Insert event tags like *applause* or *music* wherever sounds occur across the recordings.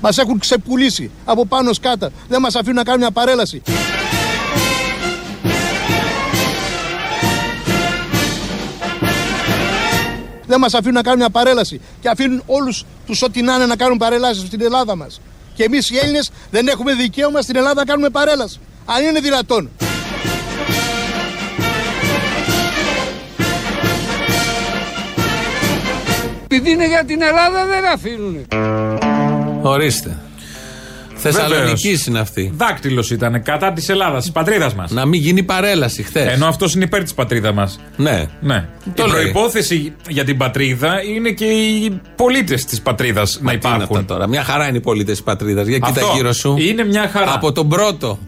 Μας έχουν ξεπουλήσει από πάνω σκάτα. Δεν μας αφήνουν να κάνουν μια παρέλαση. Δεν μας αφήνουν να κάνουν μια παρέλαση. Και αφήνουν όλους τους ό,τι να είναι να κάνουν παρελάσεις στην Ελλάδα μας. Και εμείς οι Έλληνες δεν έχουμε δικαίωμα στην Ελλάδα να κάνουμε παρέλαση. Αν είναι δυνατόν. Επειδή είναι για την Ελλάδα δεν αφήνουν. Ορίστε. Θεσσαλονική είναι αυτή. Δάκτυλος ήταν κατά της Ελλάδας, της πατρίδας μας. Να μην γίνει παρέλαση χθες. Ενώ αυτός είναι υπέρ της πατρίδα μας. Ναι. Ναι. Το η λέει. προπόθεση για την πατρίδα είναι και οι πολίτες της πατρίδας να Μα τι είναι αυτά υπάρχουν. τώρα. Μια χαρά είναι οι πολίτες της πατρίδας. Για κοίτα Αυτό. γύρω σου. Είναι μια χαρά. Από τον πρώτο.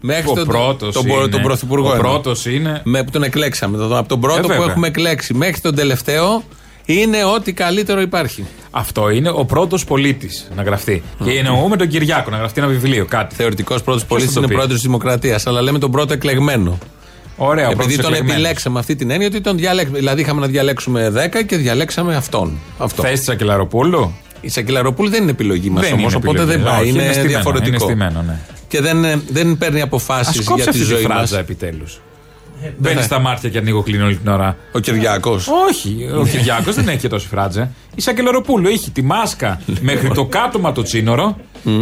Μέχρι Ο τον, πρώτος τον, είναι. τον πρωθυπουργό. Ο εννοώ. πρώτος είναι. Με, που τον εκλέξαμε. τον- από τον πρώτο Ε, που βέβαια. έχουμε εκλέξει μέχρι τον τελευταίο είναι ό,τι καλύτερο υπάρχει. Αυτό είναι ο πρώτος πολίτης να γραφτεί. Και εννοούμε τον Κυριάκο να γραφτεί ένα βιβλίο, κάτι. Θεωρητικός πρώτος πολίτης το είναι πει? πρόεδρος της Δημοκρατίας. Αλλά λέμε τον πρώτο εκλεγμένο. Ωραία, ο Επειδή πρώτος τον εκλεγμένος. επιλέξαμε αυτή την έννοια ότι τον διαλέξαμε. Δηλαδή είχαμε να διαλέξουμε 10 και διαλέξαμε αυτόν. Αυτό. Θες της Σακελαροπούλου. Η Σακελαροπούλου δεν είναι επιλογή μας Δεν όμως, είναι οπότε επιλογή. δεν Όχι, πάει. είναι Είναι, στημένο, διαφορετικό. είναι στημένο, ναι. Και δεν, ε, δεν παίρνει Α αποφάσει για κόψει τη αυτή τη ζωή μα. φράζα επιτέλους. Μπαίνει στα μάτια και ανοίγω κλείνω όλη την ώρα. Ο Κυριάκος. Όχι, ο Κυριάκος δεν έχει και τόση φράτζα. Η Σακελαροπούλου έχει τη μάσκα μέχρι το κάτωμα το τσίνορο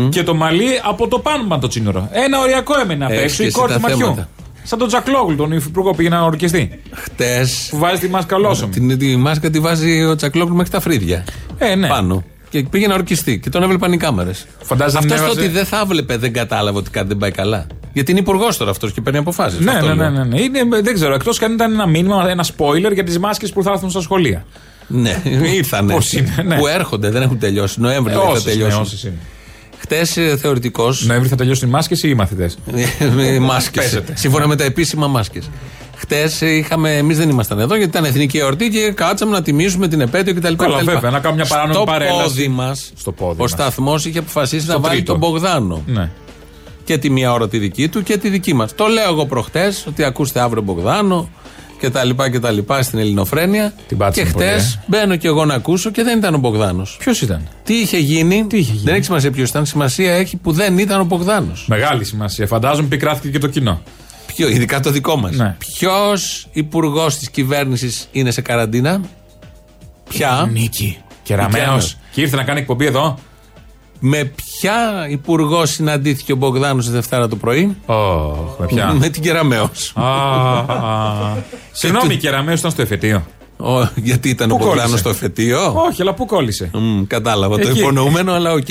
και το μαλλί από το πάνω το τσίνορο. Ένα οριακό έμενε απ' Ε, Έχεις έξω και η εσύ κόρη τα του ματιού. θέματα. Σαν τον Τζακλόγλου, τον υφυπουργό που πήγε να ορκιστεί. Χτες. Που βάζει τη μάσκα ολόσωμη. Την, τη μάσκα τη βάζει ο Τσακλόγλου μέχρι τα φρύδια. Ε, ναι. Πάνω. Και πήγε να ορκιστεί και τον έβλεπαν οι κάμερες. Φαντάζεσαι Αυτός την έβαζε- ότι δεν θα βλέπει δεν κατάλαβε ότι κάτι δεν πάει καλά. Γιατί είναι υπουργός τώρα αυτός και παίρνει αποφάσεις. Ναι, ναι, ναι, ναι, ναι. Είναι, δεν ξέρω, εκτός και αν ήταν ένα μήνυμα, ένα spoiler για τις μάσκες που θα έρθουν στα σχολεία. Ναι, ήρθανε. Πώς είναι, ναι. Που έρχονται, Ε, δεν έχουν τελειώσει. Νοέμβρη λέει, θα Όσες, ναι, τελειώσει. ε, όσες είναι. Χτες θεωρητικό. Νοέμβρη θα τελειώσουν οι μάσκες ή οι μαθητές. μάσκε. Ε, Παίζεται. Σύμφωνα με τα επίσημα μάσκες. Χτες είχαμε, εμείς δεν ήμασταν εδώ γιατί ήταν εθνική εορτή και κάτσαμε να τιμήσουμε την επέτειο κτλ. Καλά, κτλ. βέβαια, να κάνουμε μια παράνομη Στο παρέλαση. Πόδι μας, Στο πόδι ο μας. σταθμός είχε αποφασίσει να βάλει τρίτο. τον Μπογδάνο. Ναι. Και τη μία ώρα τη δική του και τη δική μας. Το λέω εγώ προχτές ότι ακούστε αύριο Μπογδάνο και τα λοιπά και τα λοιπά στην Ελληνοφρένεια. Την πάτησε και πολύ, χτες ε. μπαίνω και εγώ να ακούσω και δεν ήταν ο Μπογδάνος. Ποιος ήταν. Τι είχε γίνει, δεν έχει σημασία ποιος ήταν. Σημασία έχει που δεν ήταν ο Μπογδάνος. Μεγάλη σημασία. Φαντάζομαι πικράθηκε και το κοινό. Ποιο, ειδικά το δικό μας. Ναι. Ποιος υπουργός της κυβέρνησης είναι σε καραντίνα. Ναι. Ποια. Νίκη. Κεραμένο. Και ήρθε να κάνει εκπομπή εδώ. Με ποια υπουργό συναντήθηκε ο Μπογδάνος τη Δευτέρα το πρωί. Ωχ, με πια. Με την Κεραμαίο. *laughs* Α, Συγγνώμη, Κεραμαίο ήταν στο εφετείο. γιατί ήταν Πού ο Μπογδάνος κόλλησε? στο εφετείο. Όχι, αλλά πού κόλλησε. Μμ, κατάλαβα το Εκεί. υπονοούμενο, αλλά οκ.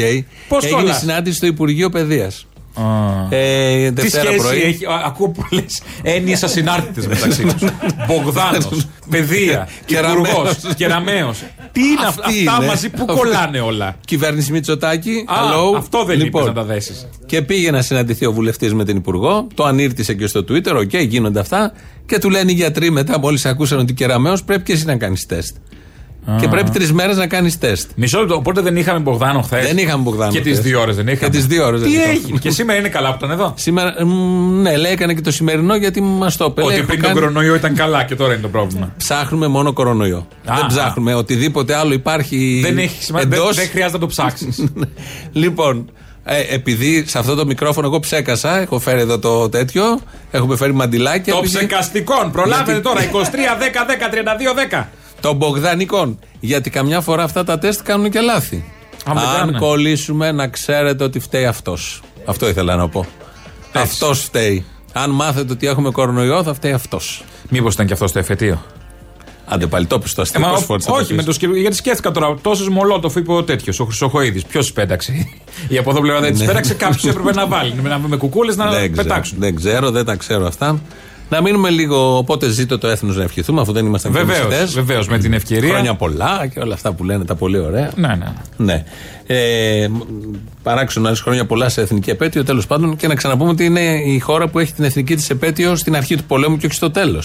Πώς Έγινε κολλάς? συνάντηση στο Υπουργείο Παιδείας. Α. Ε, Τι Δευτέρα σχέση πρωί. έχει. α, Ακούω πολλές έννοιες ασυνάρτητες μεταξύ *laughs* τους. Μπογδάνος, *laughs* παιδεία, Κεραμέως. υπουργός, κεραμαίο. Τι είναι αυ- Αυτή αυτά είναι. μαζί, πού Αυτή. κολλάνε όλα. Κυβέρνηση Μητσοτάκη. Α, hello. αυτό δεν λοιπόν, είπες να τα δέσεις. Και πήγε να συναντηθεί ο βουλευτής με την Υπουργό. Το ανήρτησε και στο Twitter. Οκ, γίνονται αυτά. Και του λένε οι γιατροί μετά, μόλις ακούσαν ότι κεραμαίο, πρέπει και εσύ να κάνεις τεστ. Και πρέπει τρεις μέρες να κάνεις τεστ. Μισό λεπτό, οπότε δεν είχαμε Μπογδάνο χθες. Δεν είχαμε Μπογδάνο Και τις χθες. δύο ώρες δεν είχαμε. Και τις δύο ώρες Τι δεν είχαμε. έγινε. και σήμερα είναι καλά που ήταν εδώ. Σήμερα, μ, ναι, λέει, έκανε και το σημερινό γιατί μας το είπε. Λέει, Ότι έχω πριν τον κάνει- κορονοϊό ήταν καλά και τώρα είναι το πρόβλημα. Ψάχνουμε μόνο κορονοϊό. Α, δεν α. ψάχνουμε οτιδήποτε άλλο υπάρχει. Δεν, έχει σημασία, δεν, Ε, εντός. Ναι. δεν *laughs* χρειάζεται να το ψάξεις. λοιπόν, ε, επειδή σε αυτό το μικρόφωνο εγώ ψέκασα, έχω φέρει εδώ το τέτοιο, έχουμε φέρει μαντιλάκια. το επειδή- ψεκαστικόν, προλάβετε Γιατί- τώρα. 23, 10, 10, 32, 10. των Μπογδανικών. Γιατί καμιά φορά αυτά τα τεστ κάνουν και λάθη. Α, δεν Αν κάνουν. κολλήσουμε, να ξέρετε ότι φταίει αυτός. Αυτό ήθελα να πω. Αυτός φταίει. Αν μάθετε ότι έχουμε κορονοϊό, θα φταίει αυτός. Μήπως ήταν και αυτός το εφετείο. Άντε πάλι το πιστός Ε, μα, όχι, με το σκύλο. Γιατί σκέφτηκα τώρα. Τόσες μολότοφ είπε ο τέτοιος, ο Χρυσοχοίδης. Ποιος τι *laughs* πέταξε. Η από εδώ πλευρά δεν τις Ναι. πέταξε. Κάποιος έπρεπε να βάλει. Να με κουκούλες να δεν ξέρω, πετάξουν. δεν ξέρω, δεν τα ξέρω αυτά. Να μείνουμε λίγο. Οπότε ζήτω το έθνος να ευχηθούμε, αφού δεν ήμασταν Βεβαίως, κομμουνιστές. βεβαίως με την ευκαιρία. Χρόνια πολλά και όλα αυτά που λένε τα πολύ ωραία. Ναι, ναι. Ναι. Ε, μ, παράξενο, άλλες χρόνια πολλά σε εθνική επέτειο, τέλος πάντων. Και να ξαναπούμε ότι είναι η χώρα που έχει την εθνική της επέτειο στην αρχή του πολέμου και όχι στο τέλος.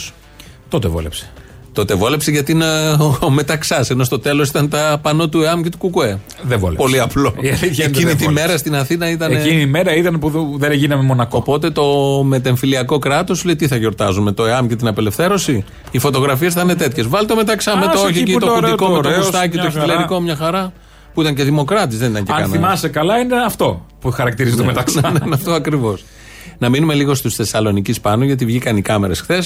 Τότε βόλεψε. Τότε βόλεψε γιατί είναι ο, ο μεταξάς, ενώ στο τέλος ήταν τα πανό του ΕΑΜ και του ΚΚΕ. Δεν βόλεψε. Πολύ απλό. Η αλήθεια είναι ότι Εκείνη δεν τη βόλεψε. μέρα στην Αθήνα ήταν. Εκείνη η μέρα ήταν που δου- δεν γίναμε μονακό. Οπότε το μετεμφυλιακό κράτος λέει τι θα γιορτάζουμε, το ΕΑΜ και την απελευθέρωση. Οι φωτογραφίες θα είναι τέτοιες. Βάλτε το μεταξά με Ας, το όχι εκεί εκεί, που το το ωραίο, χουντικό, το με το ωραίο, κουστάκι, μια το χαρά. χιτλερικό, μια χαρά. που ήταν και δημοκράτης, δεν ήταν και Αν κανένας. θυμάσαι καλά, είναι αυτό που χαρακτηρίζει *laughs* το *laughs* μεταξύ. Ναι, ναι, αυτό ακριβώς. Να μείνουμε λίγο στους Θεσσαλονίκης πάνω, γιατί βγήκαν οι κάμερες χθες,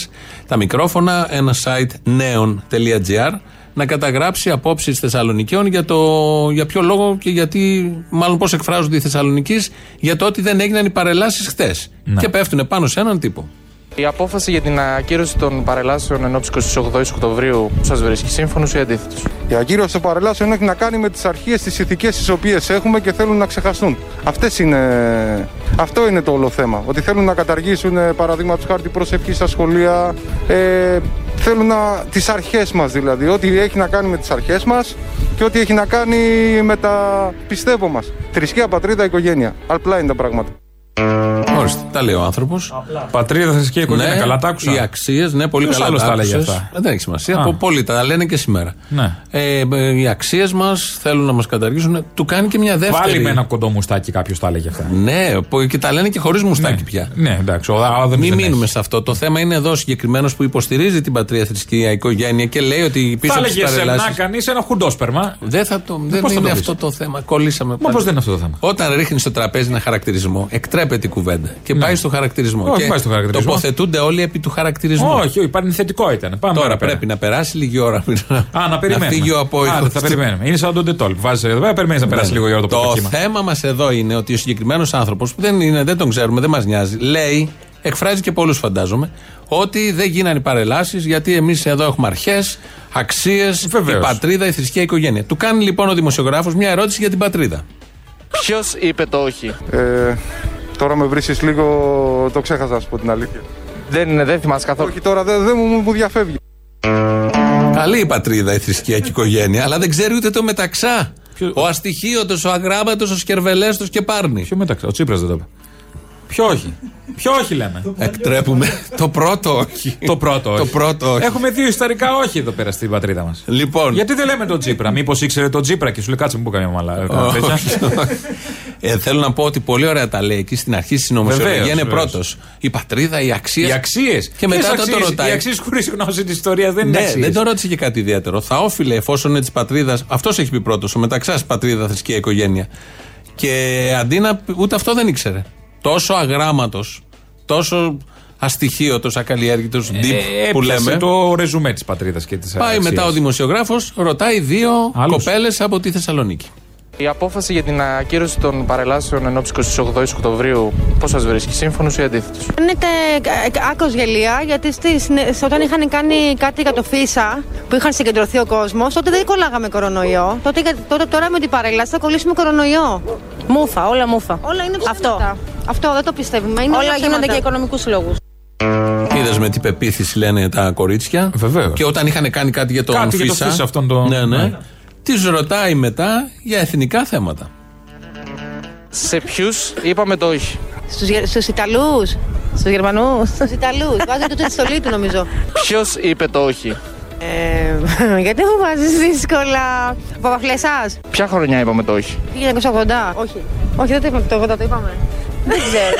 τα μικρόφωνα, ένα site neon.gr να καταγράψει απόψεις Θεσσαλονικιών για, το, για ποιο λόγο και γιατί, μάλλον πώς εκφράζονται οι Θεσσαλονίκοι για το ότι δεν έγιναν οι παρελάσεις χθες. Ναι. Και πέφτουν πάνω σε έναν τύπο. Η απόφαση για την ακύρωση των παρελάσεων εν ώψη 28 Οκτωβρίου σας βρίσκει σύμφωνος ή αντίθετος. Η ακύρωση των παρελάσεων έχει να κάνει με τις αρχές, τις ηθικές τις οποίες έχουμε και θέλουν να ξεχαστούν. Αυτές είναι... Αυτό είναι το όλο θέμα. Ότι θέλουν να καταργήσουν, ε, παραδείγματος χάρη, την προσευχή στα σχολεία. Ε, θέλουν να... τις αρχές μας δηλαδή. Ό,τι έχει να κάνει με τις αρχές μας και ό,τι έχει να κάνει με τα πιστεύω μας. Θρησκεία, πατρίδα, οικογένεια. Απλά είναι τα πράγματα. Ορίστε, τα λέει ο άνθρωπος. Πατρίδα, θρησκεία, οικογένεια. Καλά τα άκουσα. Οι αξίες, ναι, πολύ Ποιος καλά. άλλος τα άκουσες. έλεγε αυτά? Ε, Δεν έχει σημασία. Α. Από πολλοί τα λένε και σήμερα. Ναι. Ε, ε, οι αξίες μας θέλουν να μας καταργήσουν. Του κάνει και μια δεύτερη. Πάλι με ένα κοντό μουστάκι κάποιος τα έλεγε αυτά. Ναι, που- και τα λένε και χωρίς μουστάκι πια. Ναι, εντάξει, ο Άδωνης Μην δεν μείνουμε έχει. σε αυτό. Το θέμα είναι εδώ ο συγκεκριμένος που υποστηρίζει την πατρία, θρησκεία, οικογένεια και λέει ότι πίσω Θα από τι έλεγε σε να παρελάσει. κανείς ένα χουντόσπερμα. Δεν θα το. Δεν πώς θα είναι το πεις? αυτό το θέμα. Κολλήσαμε. Μα πάλι. πώ δεν είναι αυτό το θέμα. Όταν ρίχνεις στο τραπέζι ένα χαρακτηρισμό, εκτρέπεται η κουβέντα και πάει στο χαρακτηρισμό. Ναι. Όχι, και πάει στο χαρακτηρισμό. Τοποθετούνται όλοι επί του χαρακτηρισμού. Όχι, όχι, παρενθετικό ήταν. Πάμε Τώρα παραπέρα. πρέπει να περάσει λίγη ώρα. Α, να Να περιμένουμε. φύγει ο απόϊχος. Α, θα περιμένουμε. Είναι σαν τον Ντετόλ. Βάζει εδώ πέρα, περιμένεις να περάσει λίγο η ώρα Ναι. το πρώτο κύμα. θέμα μας εδώ είναι ότι ο συγκεκριμένος άνθρωπος που δεν, είναι, δεν τον ξέρουμε, δεν μας νοιάζει, λέει, εκφράζει και πολλούς φαντάζομαι, ότι δεν γίνανε οι παρελάσεις γιατί εμείς εδώ έχουμε αρχές, αξίες, η Βεβαίως. πατρίδα, η θρησκεία, η οικογένεια. Του κάνει λοιπόν ο δημοσιογράφος μια ερώτηση για την πατρίδα. Ποιος είπε το όχι. Ε, τώρα με βρίσκεις λίγο. Το ξέχασα να σου πω την αλήθεια. Δεν, είναι- δεν θυμάσαι καθόλου. Όχι τώρα, δεν δεν μου, μου διαφεύγει. Καλή η πατρίδα, η θρησκεία και η οικογένεια, αλλά δεν ξέρει ούτε το μεταξά. Ποιο- Ο αστοιχείωτος, ο αγράμματος, ο σκερβελέστος και πάρνει. Ποιο μεταξύ, ο Τσίπρας δεν το είπε. Ποιο όχι. Ποιο όχι λέμε. Εκτρέπουμε. το πρώτο όχι. το πρώτο όχι. Το πρώτο όχι. Έχουμε δύο ιστορικά όχι εδώ πέρα στην πατρίδα μας. Λοιπόν. Γιατί δεν λέμε τον Τσίπρα. Μήπως ήξερε τον Τσίπρα και σου λέει κάτσε μου που καμία μαλά. Ο- ε, θέλω να πω ότι πολύ ωραία τα λέει εκεί στην αρχή στη συνωμοσιολογία. Βεβαίως, Είναι βεβαίως. πρώτος. Η πατρίδα, οι αξίες. Οι αξίες. Και μετά όταν το ρωτάει. Οι αξίες χωρίς γνώση της ιστορίας δεν είναι Ναι, αξίες. δεν το ρώτησε και κάτι ιδιαίτερο. Θα όφιλε εφόσον είναι της πατρίδας. Αυτός έχει πει πρώτος. Ο μεταξάς πατρίδα, θρησκεία, οικογένεια. Και αντί να. πει- ούτε αυτό δεν ήξερε. Τόσο αγράμματος, τόσο αστοιχείωτος, ακαλλιέργητος, deep Ε, που έπιασε λέμε. το ρεζουμέ της πατρίδας και της Πάει μετά ο δημοσιογράφος, ρωτάει δύο Άλλους. κοπέλες από τη Θεσσαλονίκη. Η απόφαση για την ακύρωση των παρελάσεων εν ώψη 28 Οκτωβρίου πώς σας βρίσκει σύμφωνος ή αντίθετος. Φαίνεται άκρος γελία γιατί στις, όταν είχαν κάνει κάτι για το φύσα που είχαν συγκεντρωθεί ο κόσμος, τότε δεν κολλάγαμε κορονοϊό. Τότε, τότε τώρα με την παρέλαση θα κολλήσουμε κορονοϊό. Μούφα, όλα μούφα. Όλα είναι ψέματα. Αυτό. Αυτό δεν το πιστεύουμε. Είναι Όλα γίνονται για ψέματα. οικονομικούς λόγους. Είδες με τι πεποίθηση λένε τα κορίτσια. Βεβαίως. Και όταν είχαν κάνει κάτι για τον Κάτι για το Φίσα, αυτόν τον- Ναι, ναι. Ναι. Τη ρωτάει μετά για εθνικά θέματα. Σε ποιους είπαμε το όχι. Στους, Γε- στους Ιταλούς. Στους Γερμανούς. Στους Ιταλούς. Βάζει το τσολί του νομίζω. Ποιος είπε το όχι. Ε, γιατί μου βάζεις δύσκολα. Παπαφλεσάς. Ποια χρονιά είπαμε το όχι. 1980. Όχι. Όχι δεν το είπαμε το 80 το είπαμε. Δεν ξέρω.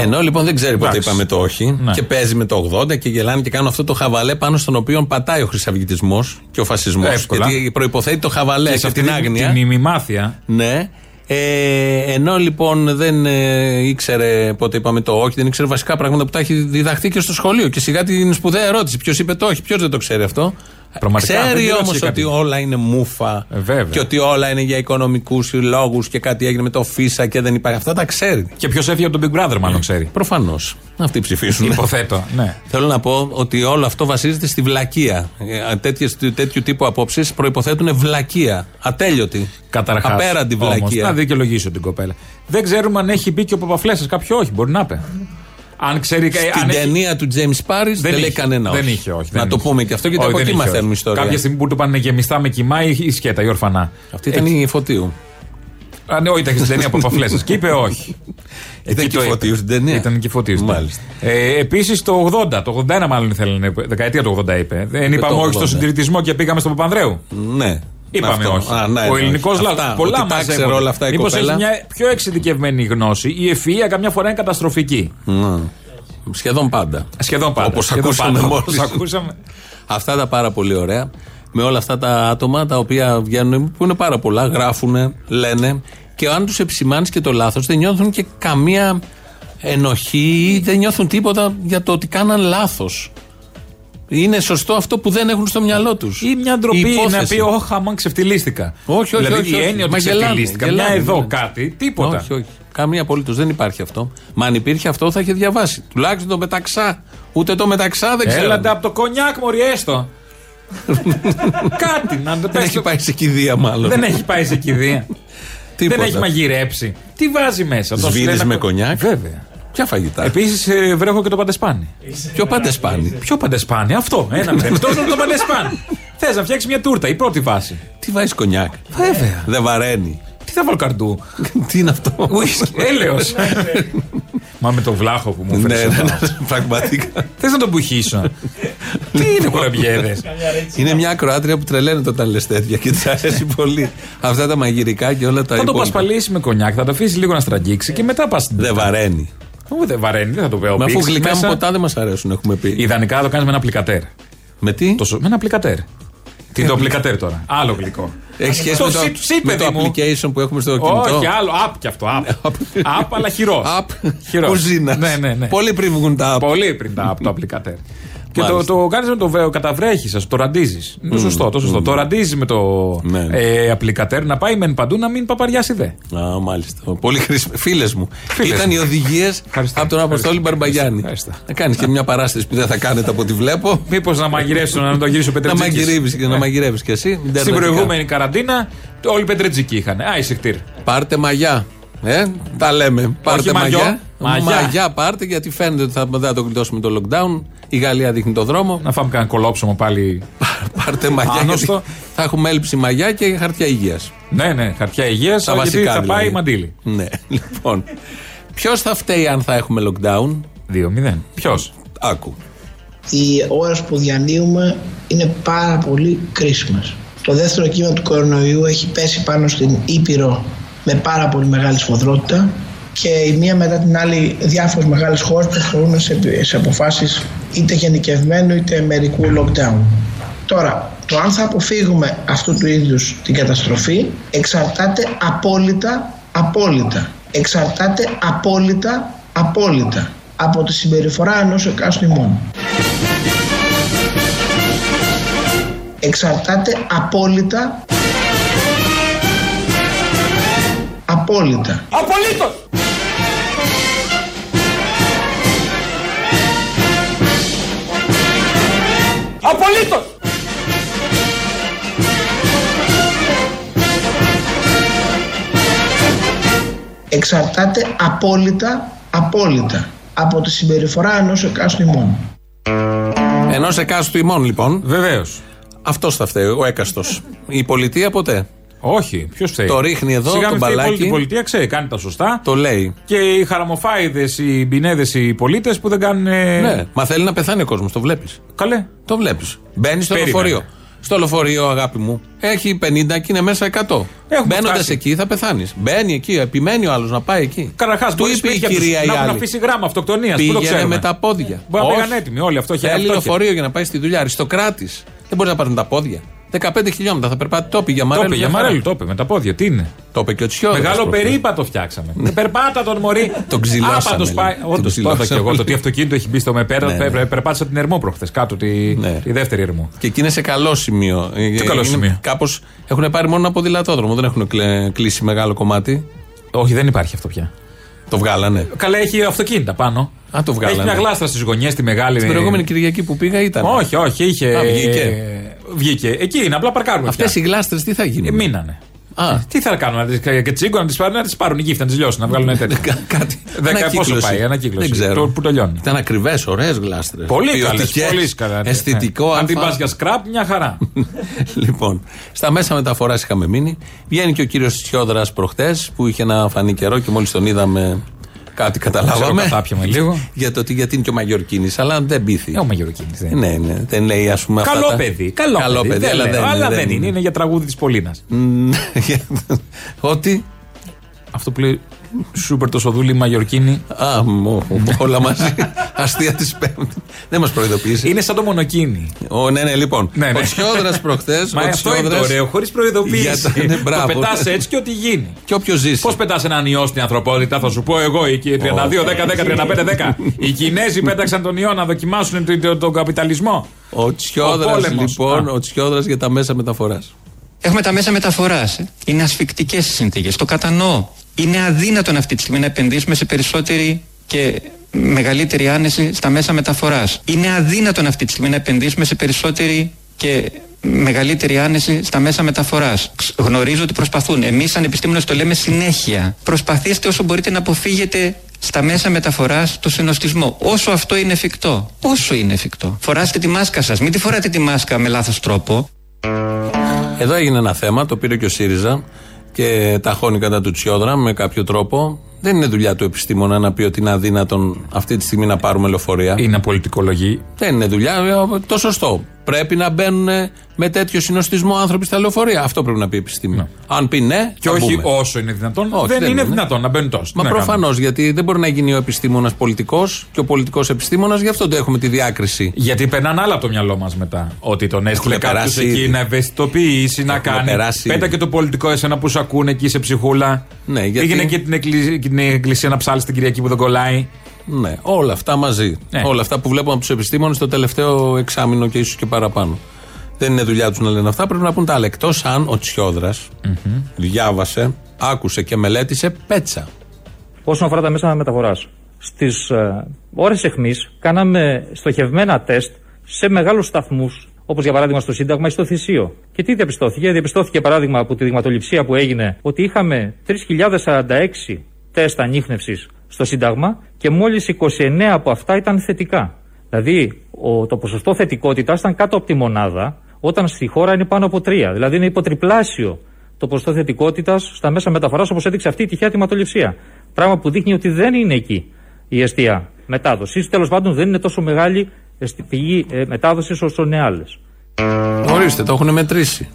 Ενώ λοιπόν δεν ξέρει πότε Εντάξει. Ναι. είπαμε το όχι και παίζει με το 80 και γελάνε και κάνουν αυτό το χαβαλέ πάνω στον οποίο πατάει ο χρυσαυγητισμός και ο φασισμός. Εύκολα. Γιατί προποθέτει το χαβαλέ και, σε αυτή την την- άγνοια. Την ημιμάθεια. Ναι. Ε, ενώ λοιπόν δεν ε, ήξερε πότε είπαμε το όχι, δεν ήξερε βασικά πράγματα που τα έχει διδαχθεί και στο σχολείο. Και σιγά την σπουδαία ερώτηση: Ποιος είπε το όχι, ποιος δεν το ξέρει αυτό. Πραγματικά, δεν ξέρει τη όμω ρώτησε ότι κάτι. όλα είναι μούφα Ε, βέβαια. και ότι όλα είναι για οικονομικούς λόγους και κάτι έγινε με το φίσα και δεν υπάρχει. Αυτά τα ξέρει. Και ποιος έφυγε από τον Big Brother, μάλλον ξέρει. Προφανώς. Αυτοί ψηφίζουν. Υποθέτω. Ναι. Θέλω να πω ότι όλο αυτό βασίζεται στη βλακεία. Ε, τέτοιες- τέτοιου τύπου απόψεις προποθέτουν βλακεία. Ατέλειωτη. Καταρχάς. Απέραντη βλακεία. Να δικαιολογήσω την κοπέλα. Δεν ξέρουμε αν έχει μπει και ο Παπαφλέσσας. Κάποιο όχι, μπορεί να είπε. Αν ξέρει. Στην αν έχει- ταινία του James Paris δεν, λέει είχε. κανένα Ε, Δεν όχι. είχε όχι. Να δεν το είχε. πούμε και αυτό γιατί Όχι, από δεν εκεί είχε μαθαίνουμε όχι. ιστορία. Κάποια στιγμή που του πάνε γεμιστά με κοιμά ή ή σκέτα, ή ορφανά. Ε, Αυτή ήταν η φωτίου. Α, ναι, όχι, ήταν και στην ταινία Παπαφλέσσα. Και είπε όχι. *laughs* Ήταν Εκεί και το η φωτίου είπε. στην ταινία. Ήταν και φωτίου. Μάλιστα. Ε, Επίσης το 80, το 81 μάλλον ήθελε, δεκαετία του 80 είπε. Ε, Δεν είπαμε Ε, το όχι στο 80. συντηρητισμό και πήγαμε στον Παπανδρέου. Ναι. Είπαμε Αυτό. όχι. Α, ναι, ο ναι, ελληνικός όχι. λαός. Αυτά, Πολλά ότι τα μαζεύονται. ήξερε όλα αυτά η Μήπως κοπέλα. έχει μια πιο εξειδικευμένη γνώση. Η ευφυα καμιά φορά είναι καταστροφική. Ναι. Σχεδόν πάντα. Σχεδόν πάντα. Όπως Σχεδόν ακούσαμε πάντα. μόλις. Όπως ακούσαμε. Αυτά τα πάρα πολύ ωραία. με όλα αυτά τα άτομα τα οποία βγαίνουν, που είναι πάρα πολλά, γράφουν, λένε. Και αν τους επισημάνεις και το λάθος, δεν νιώθουν και καμία ενοχή ή δεν νιώθουν τίποτα για το ότι κάναν λάθος. Είναι σωστό αυτό που δεν έχουν στο μυαλό τους. Ή μια ντροπή να πει, Ωχ, άμα ξεφτυλίστηκα. Όχι, όχι, δηλαδή, όχι, όχι. η έννοια ότι Μα γελάμε, ξεφτυλίστηκα. γελάμε, μια εδώ ναι. κάτι, τίποτα. Όχι, όχι. Καμία απολύτως. Δεν υπάρχει αυτό. Μα αν υπήρχε αυτό θα είχε διαβάσει. Τουλάχιστον το μεταξά. Ούτε το μεταξά δεν ξέρω. Έλατε από το κονιάκ, Μωρή, *laughs* έστω. κάτι να το Δεν πες έχει το- πάει σε κηδεία, μάλλον. Δεν έχει πάει σε κηδεία. *laughs* Τίποτα. Δεν έχει μαγειρέψει. Τι βάζει μέσα. το Σβήνεις στέλνα- με κονιάκ. Βέβαια. Ποια φαγητά. Επίσης βρέχω και το παντεσπάνι. Ποιο πάντα σπάνι. Ποιο παντεσπάνι, αυτό. *laughs* Ένα με Τόσο το παντεσπάνι. Θες να φτιάξεις μια τούρτα, η πρώτη βάση. Τι βάζεις κονιάκ. Βέβαια. Δεν βαραίνει. *laughs* Τι θα βάλω καρντού. Τι είναι αυτό. Έλεο. Μα με το βλάχο που μου Ναι, έφερε. ναι, ναι, πραγματικά. Θες να τον *laughs* πουχήσω. Τι είναι κολαμπιέδε. Είναι μια ακροάτρια που τρελαίνεται όταν λες τέτοια και της αρέσει πολύ. Αυτά τα μαγειρικά και όλα τα Θα το υπόλοιπα. πασπαλίσεις με κονιάκ, θα το αφήσεις λίγο να στραγγίξει και μετά πας. Δεν βαραίνει. Δεν βαραίνει, δεν θα το Μα βέω. αφού γλυκά μου ποτά δεν μας αρέσουν, έχουμε πει. Ιδανικά θα το κάνεις με ένα πλικατέρ. Με τι? Το σο- Με ένα πλικατέρ. Τι είναι το πλικατέρ τώρα. Άλλο γλυκό. Έχει σχέση με το, σι- σι, με το παιδί μου. application που έχουμε στο κινητό. Όχι, άλλο. Απ και αυτό. Απ. Απ, αλλά χειρός. Απ Χειρός. κουζίνας. Ναι, ναι, ναι. Πολύ πριν βγουν τα app. Πολύ πριν τα απ το απλικατέρ. Και το, Μάλιστα. το κάνεις με το βέο, καταβρέχεις σα, το ραντίζεις. Το σωστό, το σωστό. Το ραντίζει με το Ναι. ε, applicator, να πάει μεν παντού να μην παπαριάσει δε. Α, μάλιστα. Πολύ χρήσιμα. Φίλες μου. Φίλες Ήταν μου. οι οδηγίες Ευχαριστώ. από τον Αποστόλη Ευχαριστώ. Μπαρμπαγιάννη. Ευχαριστώ. Να κάνεις και μια παράσταση που δεν θα κάνετε από ό,τι βλέπω. Μήπως να μαγειρεύσει τον να το γυρίσεις ο να Πετρετζίκης. μαγειρεύεις και να Ε, μαγειρεύεις κι εσύ. Στην Ιντερνετικά. προηγούμενη καραντίνα όλοι Πετρετζίκη είχαν. Α, ησυχτήρ. Πάρτε μαγιά. Ε, τα λέμε. Πάρτε μαγιό. μαγιά. Μαγιά. πάρτε γιατί φαίνεται ότι θα, δεν θα το γλιτώσουμε το lockdown. Η Γαλλία δείχνει το δρόμο. Να φάμε κανένα κολόψωμο πάλι. Πάρτε μαγιά. γιατί Άνωστο. θα έχουμε έλλειψη μαγιά και χαρτιά υγείας. ναι, ναι, χαρτιά υγείας. Τα Γιατί βασικά. θα πάει δηλαδή. μαντίλι. Ναι, *laughs* λοιπόν. Ποιος θα φταίει αν θα έχουμε lockdown. 2-0. Ποιος. Άκου. οι ώρες που διανύουμε είναι πάρα πολύ κρίσιμες. Το δεύτερο κύμα του κορονοϊού έχει πέσει πάνω στην Ήπειρο με πάρα πολύ μεγάλη σφοδρότητα και η μία μετά την άλλη διάφορες μεγάλες χώρες προχωρούν σε, σε αποφάσεις είτε γενικευμένου είτε μερικού lockdown. Τώρα, το αν θα αποφύγουμε αυτού του είδους την καταστροφή εξαρτάται απόλυτα, απόλυτα. Εξαρτάται απόλυτα, απόλυτα από τη συμπεριφορά ενός εκάστου ημών. εξαρτάται απόλυτα απόλυτα Απολύτως! Απολύτως! εξαρτάται απόλυτα απόλυτα από τη συμπεριφορά ενός εκάστου ημών. Ενός εκάστου ημών, λοιπόν. Βεβαίως. Αυτός θα φταίει, ο έκαστος. Η πολιτεία ποτέ. Όχι, ποιος θέλει. Το ρίχνει εδώ, Σιγά το με φταίει μπαλάκι. όλη την πολιτεία ξέρει, κάνει τα σωστά. Το λέει. Και οι χαραμοφάιδες, οι μπινέδες, οι πολίτες που δεν κάνουν. ε, Ναι, μα θέλει να πεθάνει ο κόσμος, το βλέπεις. Καλέ. Το βλέπεις. Μπαίνει στο Περίμενε. λεωφορείο. Στο λεωφορείο, αγάπη μου, έχει 50 και είναι μέσα 100. Έχουμε Μπαίνοντα φτάσει. εκεί θα πεθάνεις. Μπαίνει εκεί, επιμένει ο άλλος να πάει εκεί. Καταρχάς, του είπε η κυρία η να έχουν άλλη. αφήσει γράμμα αυτοκτονίας. Πού το Πήγαινε ξέρουμε. με τα πόδια. Μπορεί να Όχι. πήγαν έτοιμοι όλοι. Αυτό Θέλει χέρι. Αυτό λεωφορείο για να πάει στη δουλειά. Αριστοκράτης. Δεν μπορείς να πάρουν τα πόδια. 15 χιλιόμετρα θα περπάτει. Το πήγε Το Μαρέλ. είπε για Μαρέλ, το είπε με τα πόδια. Τι είναι. Το είπε και ο Τσιόδρα. Μεγάλο περίπατο φτιάξαμε. Ε, Περπάτα τον Μωρή. Τον ξυλώσαμε, Άπαντος λέει. πάει. Τον Όντως το ξυλώσαμε. είδα και εγώ. Το τι αυτοκίνητο έχει μπει στο με πέρα. Ναι, ναι. πε- Περπάτησα την ερμό προχθές. Κάτω τη, Ναι. τη δεύτερη ερμό. Και εκεί είναι σε καλό σημείο. Ε, Τι καλό σημείο? Κάπως έχουν πάρει μόνο ένα ποδηλατόδρομο. Δεν έχουν κλε- κλείσει μεγάλο κομμάτι. Όχι, δεν υπάρχει αυτό πια. Το βγάλανε. Καλά, έχει αυτοκίνητα πάνω. Α, το βγάλανε. Έχει μια γλάστρα στις γωνιές, τη μεγάλη. Την προηγούμενη Κυριακή που πήγα ήταν. Όχι, όχι, είχε. Α, βγήκε. Βγήκε. Εκεί είναι, απλά παρκάρουμε. Αυτές οι πια. γλάστρες τι θα γίνουν. Ε, μείνανε. Α, Τι θα κάνουν, να τις- και τσίγκο να τις πάρουν, να τις πάρουν οι γύφτα, να τις λιώσουν, να βγάλουν ένα τέτοιο. *laughs* κα- κάτι. Δέκα, Ανακύκλωση. πόσο πάει, ανακύκλωση. Δεν ξέρω. Το- που τελειώνει. Ήταν ακριβές, ωραίες γλάστρες. Πολύ καλές. Πολύ καλά. ναι. Αισθητικό, Αν την αλφα. πας για σκραπ, μια χαρά. *laughs* λοιπόν, στα μέσα μεταφοράς είχαμε μείνει. Βγαίνει και ο κύριος Τσιόδρα προχτές που είχε ένα φανή καιρό και μόλις τον είδαμε κάτι καταλάβαμε. Ξέρω, κατάπιαμε λίγο. *laughs* για το ότι γιατί είναι και ο Μαγιορκίνης, αλλά δεν πείθει. Ε, ο Μαγειροκίνη. ναι, ναι, δεν λέει ας πούμε αυτά Καλό τα- παιδί. Καλό, παιδί. παιδί, αλλά δεν, δεν, λέω, αλλά δεν είναι. Είναι για τραγούδι της Πολίνα. Μ, *laughs* Ότι Αυτό που λέει. Σούπερ το σοδούλι Μαγιορκίνη. Α, μω, όλα μαζί. Αστεία της Πέμπτης. Δεν μας προειδοποιήσει. Είναι σαν το μονοκίνη. Ο, ναι, ναι, λοιπόν. Ναι, ναι. Ο Τσιόδρα προχθές. Μα αυτό είναι το ωραίο, χωρίς προειδοποίηση. Για τα- ναι, το μπράβο. πετάς έτσι και ό,τι γίνει. Και όποιο ζήσει. Πώς πετάς έναν ιό στην ανθρωπότητα, θα σου πω εγώ, οι Κι- 32, 10, 10, 35, 10. Οι Κινέζοι πέταξαν τον ιό να δοκιμάσουν το- το- τον καπιταλισμό. Ο Τσιόδρα, Ο πόλεμος. λοιπόν, Α. ο Τσιόδρα για τα μέσα μεταφοράς. Έχουμε τα μέσα μεταφοράς. Είναι ασφικτικές οι συνθήκες. Το κατανοώ. Είναι αδύνατον αυτή τη στιγμή να επενδύσουμε σε περισσότερη και μεγαλύτερη άνεση στα μέσα μεταφοράς. Είναι αδύνατον αυτή τη στιγμή να επενδύσουμε σε περισσότερη και μεγαλύτερη άνεση στα μέσα μεταφοράς. Γνωρίζω ότι προσπαθούν. Εμείς, σαν επιστήμονες, το λέμε συνέχεια. Προσπαθήστε όσο μπορείτε να αποφύγετε στα μέσα μεταφοράς το συνοστισμό. Όσο αυτό είναι εφικτό. Όσο είναι εφικτό. Φοράστε τη μάσκα σας. Μην τη φοράτε τη μάσκα με λάθος τρόπο. Εδώ έγινε ένα θέμα, το πήρε και ο ΣΥΡΙΖΑ και ταχώνει κατά του Τσιόδρα με κάποιο τρόπο. Δεν είναι δουλειά του επιστήμονα να πει ότι είναι αδύνατον αυτή τη στιγμή να πάρουμε λεωφορεία. Είναι απολυτικολογή. Δεν είναι δουλειά, ε, το σωστό. Πρέπει να μπαίνουν ε, με τέτοιο συνοστισμό άνθρωποι στα λεωφορεία. Αυτό πρέπει να πει η επιστήμη. Αν πει ναι, Και θα όχι μπούμε. όσο είναι δυνατόν. Όχι, δεν, δεν είναι είναι. δυνατόν να μπαίνουν τόσο. Μα Τι να κάνουμε. προφανώς, γιατί δεν μπορεί να γίνει ο επιστήμονας πολιτικός και ο πολιτικός επιστήμονας, γι' αυτό το έχουμε τη διάκριση. Γιατί περνάνε άλλα από το μυαλό μας μετά. Ότι τον έστειλε Έχουνε κάποιος περάσει εκεί ήδη. να ευαισθητοποιήσει, να Έχουνε κάνει. περάσει Πέτα ήδη. και το πολιτικό εσένα που σε ακούνε εκεί σε ψυχούλα. Ναι, γιατί- Πήγαινε και την, εκκλη- την εκκλησία να ψάλεις την Κυριακή που δεν κολλάει. Ναι, όλα αυτά μαζί. Ναι. Όλα αυτά που βλέπουμε από τους επιστήμονες το τελευταίο εξάμεινο και ίσως και παραπάνω. Δεν είναι δουλειά τους να λένε αυτά, πρέπει να πούν τα άλλα. Εκτός αν ο τσιοδρα διάβασε, άκουσε και μελέτησε πέτσα. Όσον αφορά τα μέσα μεταφοράς, στις ε, ώρες αιχμής κάναμε στοχευμένα τεστ σε μεγάλους σταθμούς, όπως για παράδειγμα στο Σύνταγμα ή στο Θησίο. Και τι διαπιστώθηκε, διαπιστώθηκε παράδειγμα από τη δειγματοληψία που έγινε ότι είχαμε 3.046 τεστ ανείχνευσης στο Σύνταγμα και μόλις 29 από αυτά ήταν θετικά. Δηλαδή, ο, το ποσοστό θετικότητας ήταν κάτω από τη μονάδα, όταν στη χώρα είναι πάνω από 3. Δηλαδή, είναι υποτριπλάσιο το ποσοστό θετικότητας στα μέσα μεταφοράς, όπως έδειξε αυτή η τυχαία αιματοληψία. Πράγμα που δείχνει ότι δεν είναι εκεί η αιστεία μετάδοσης. Τέλος πάντων, δεν είναι τόσο μεγάλη αισθη- πηγή μετάδοση όσο είναι άλλες. Ορίστε, το έχουν μετρήσει.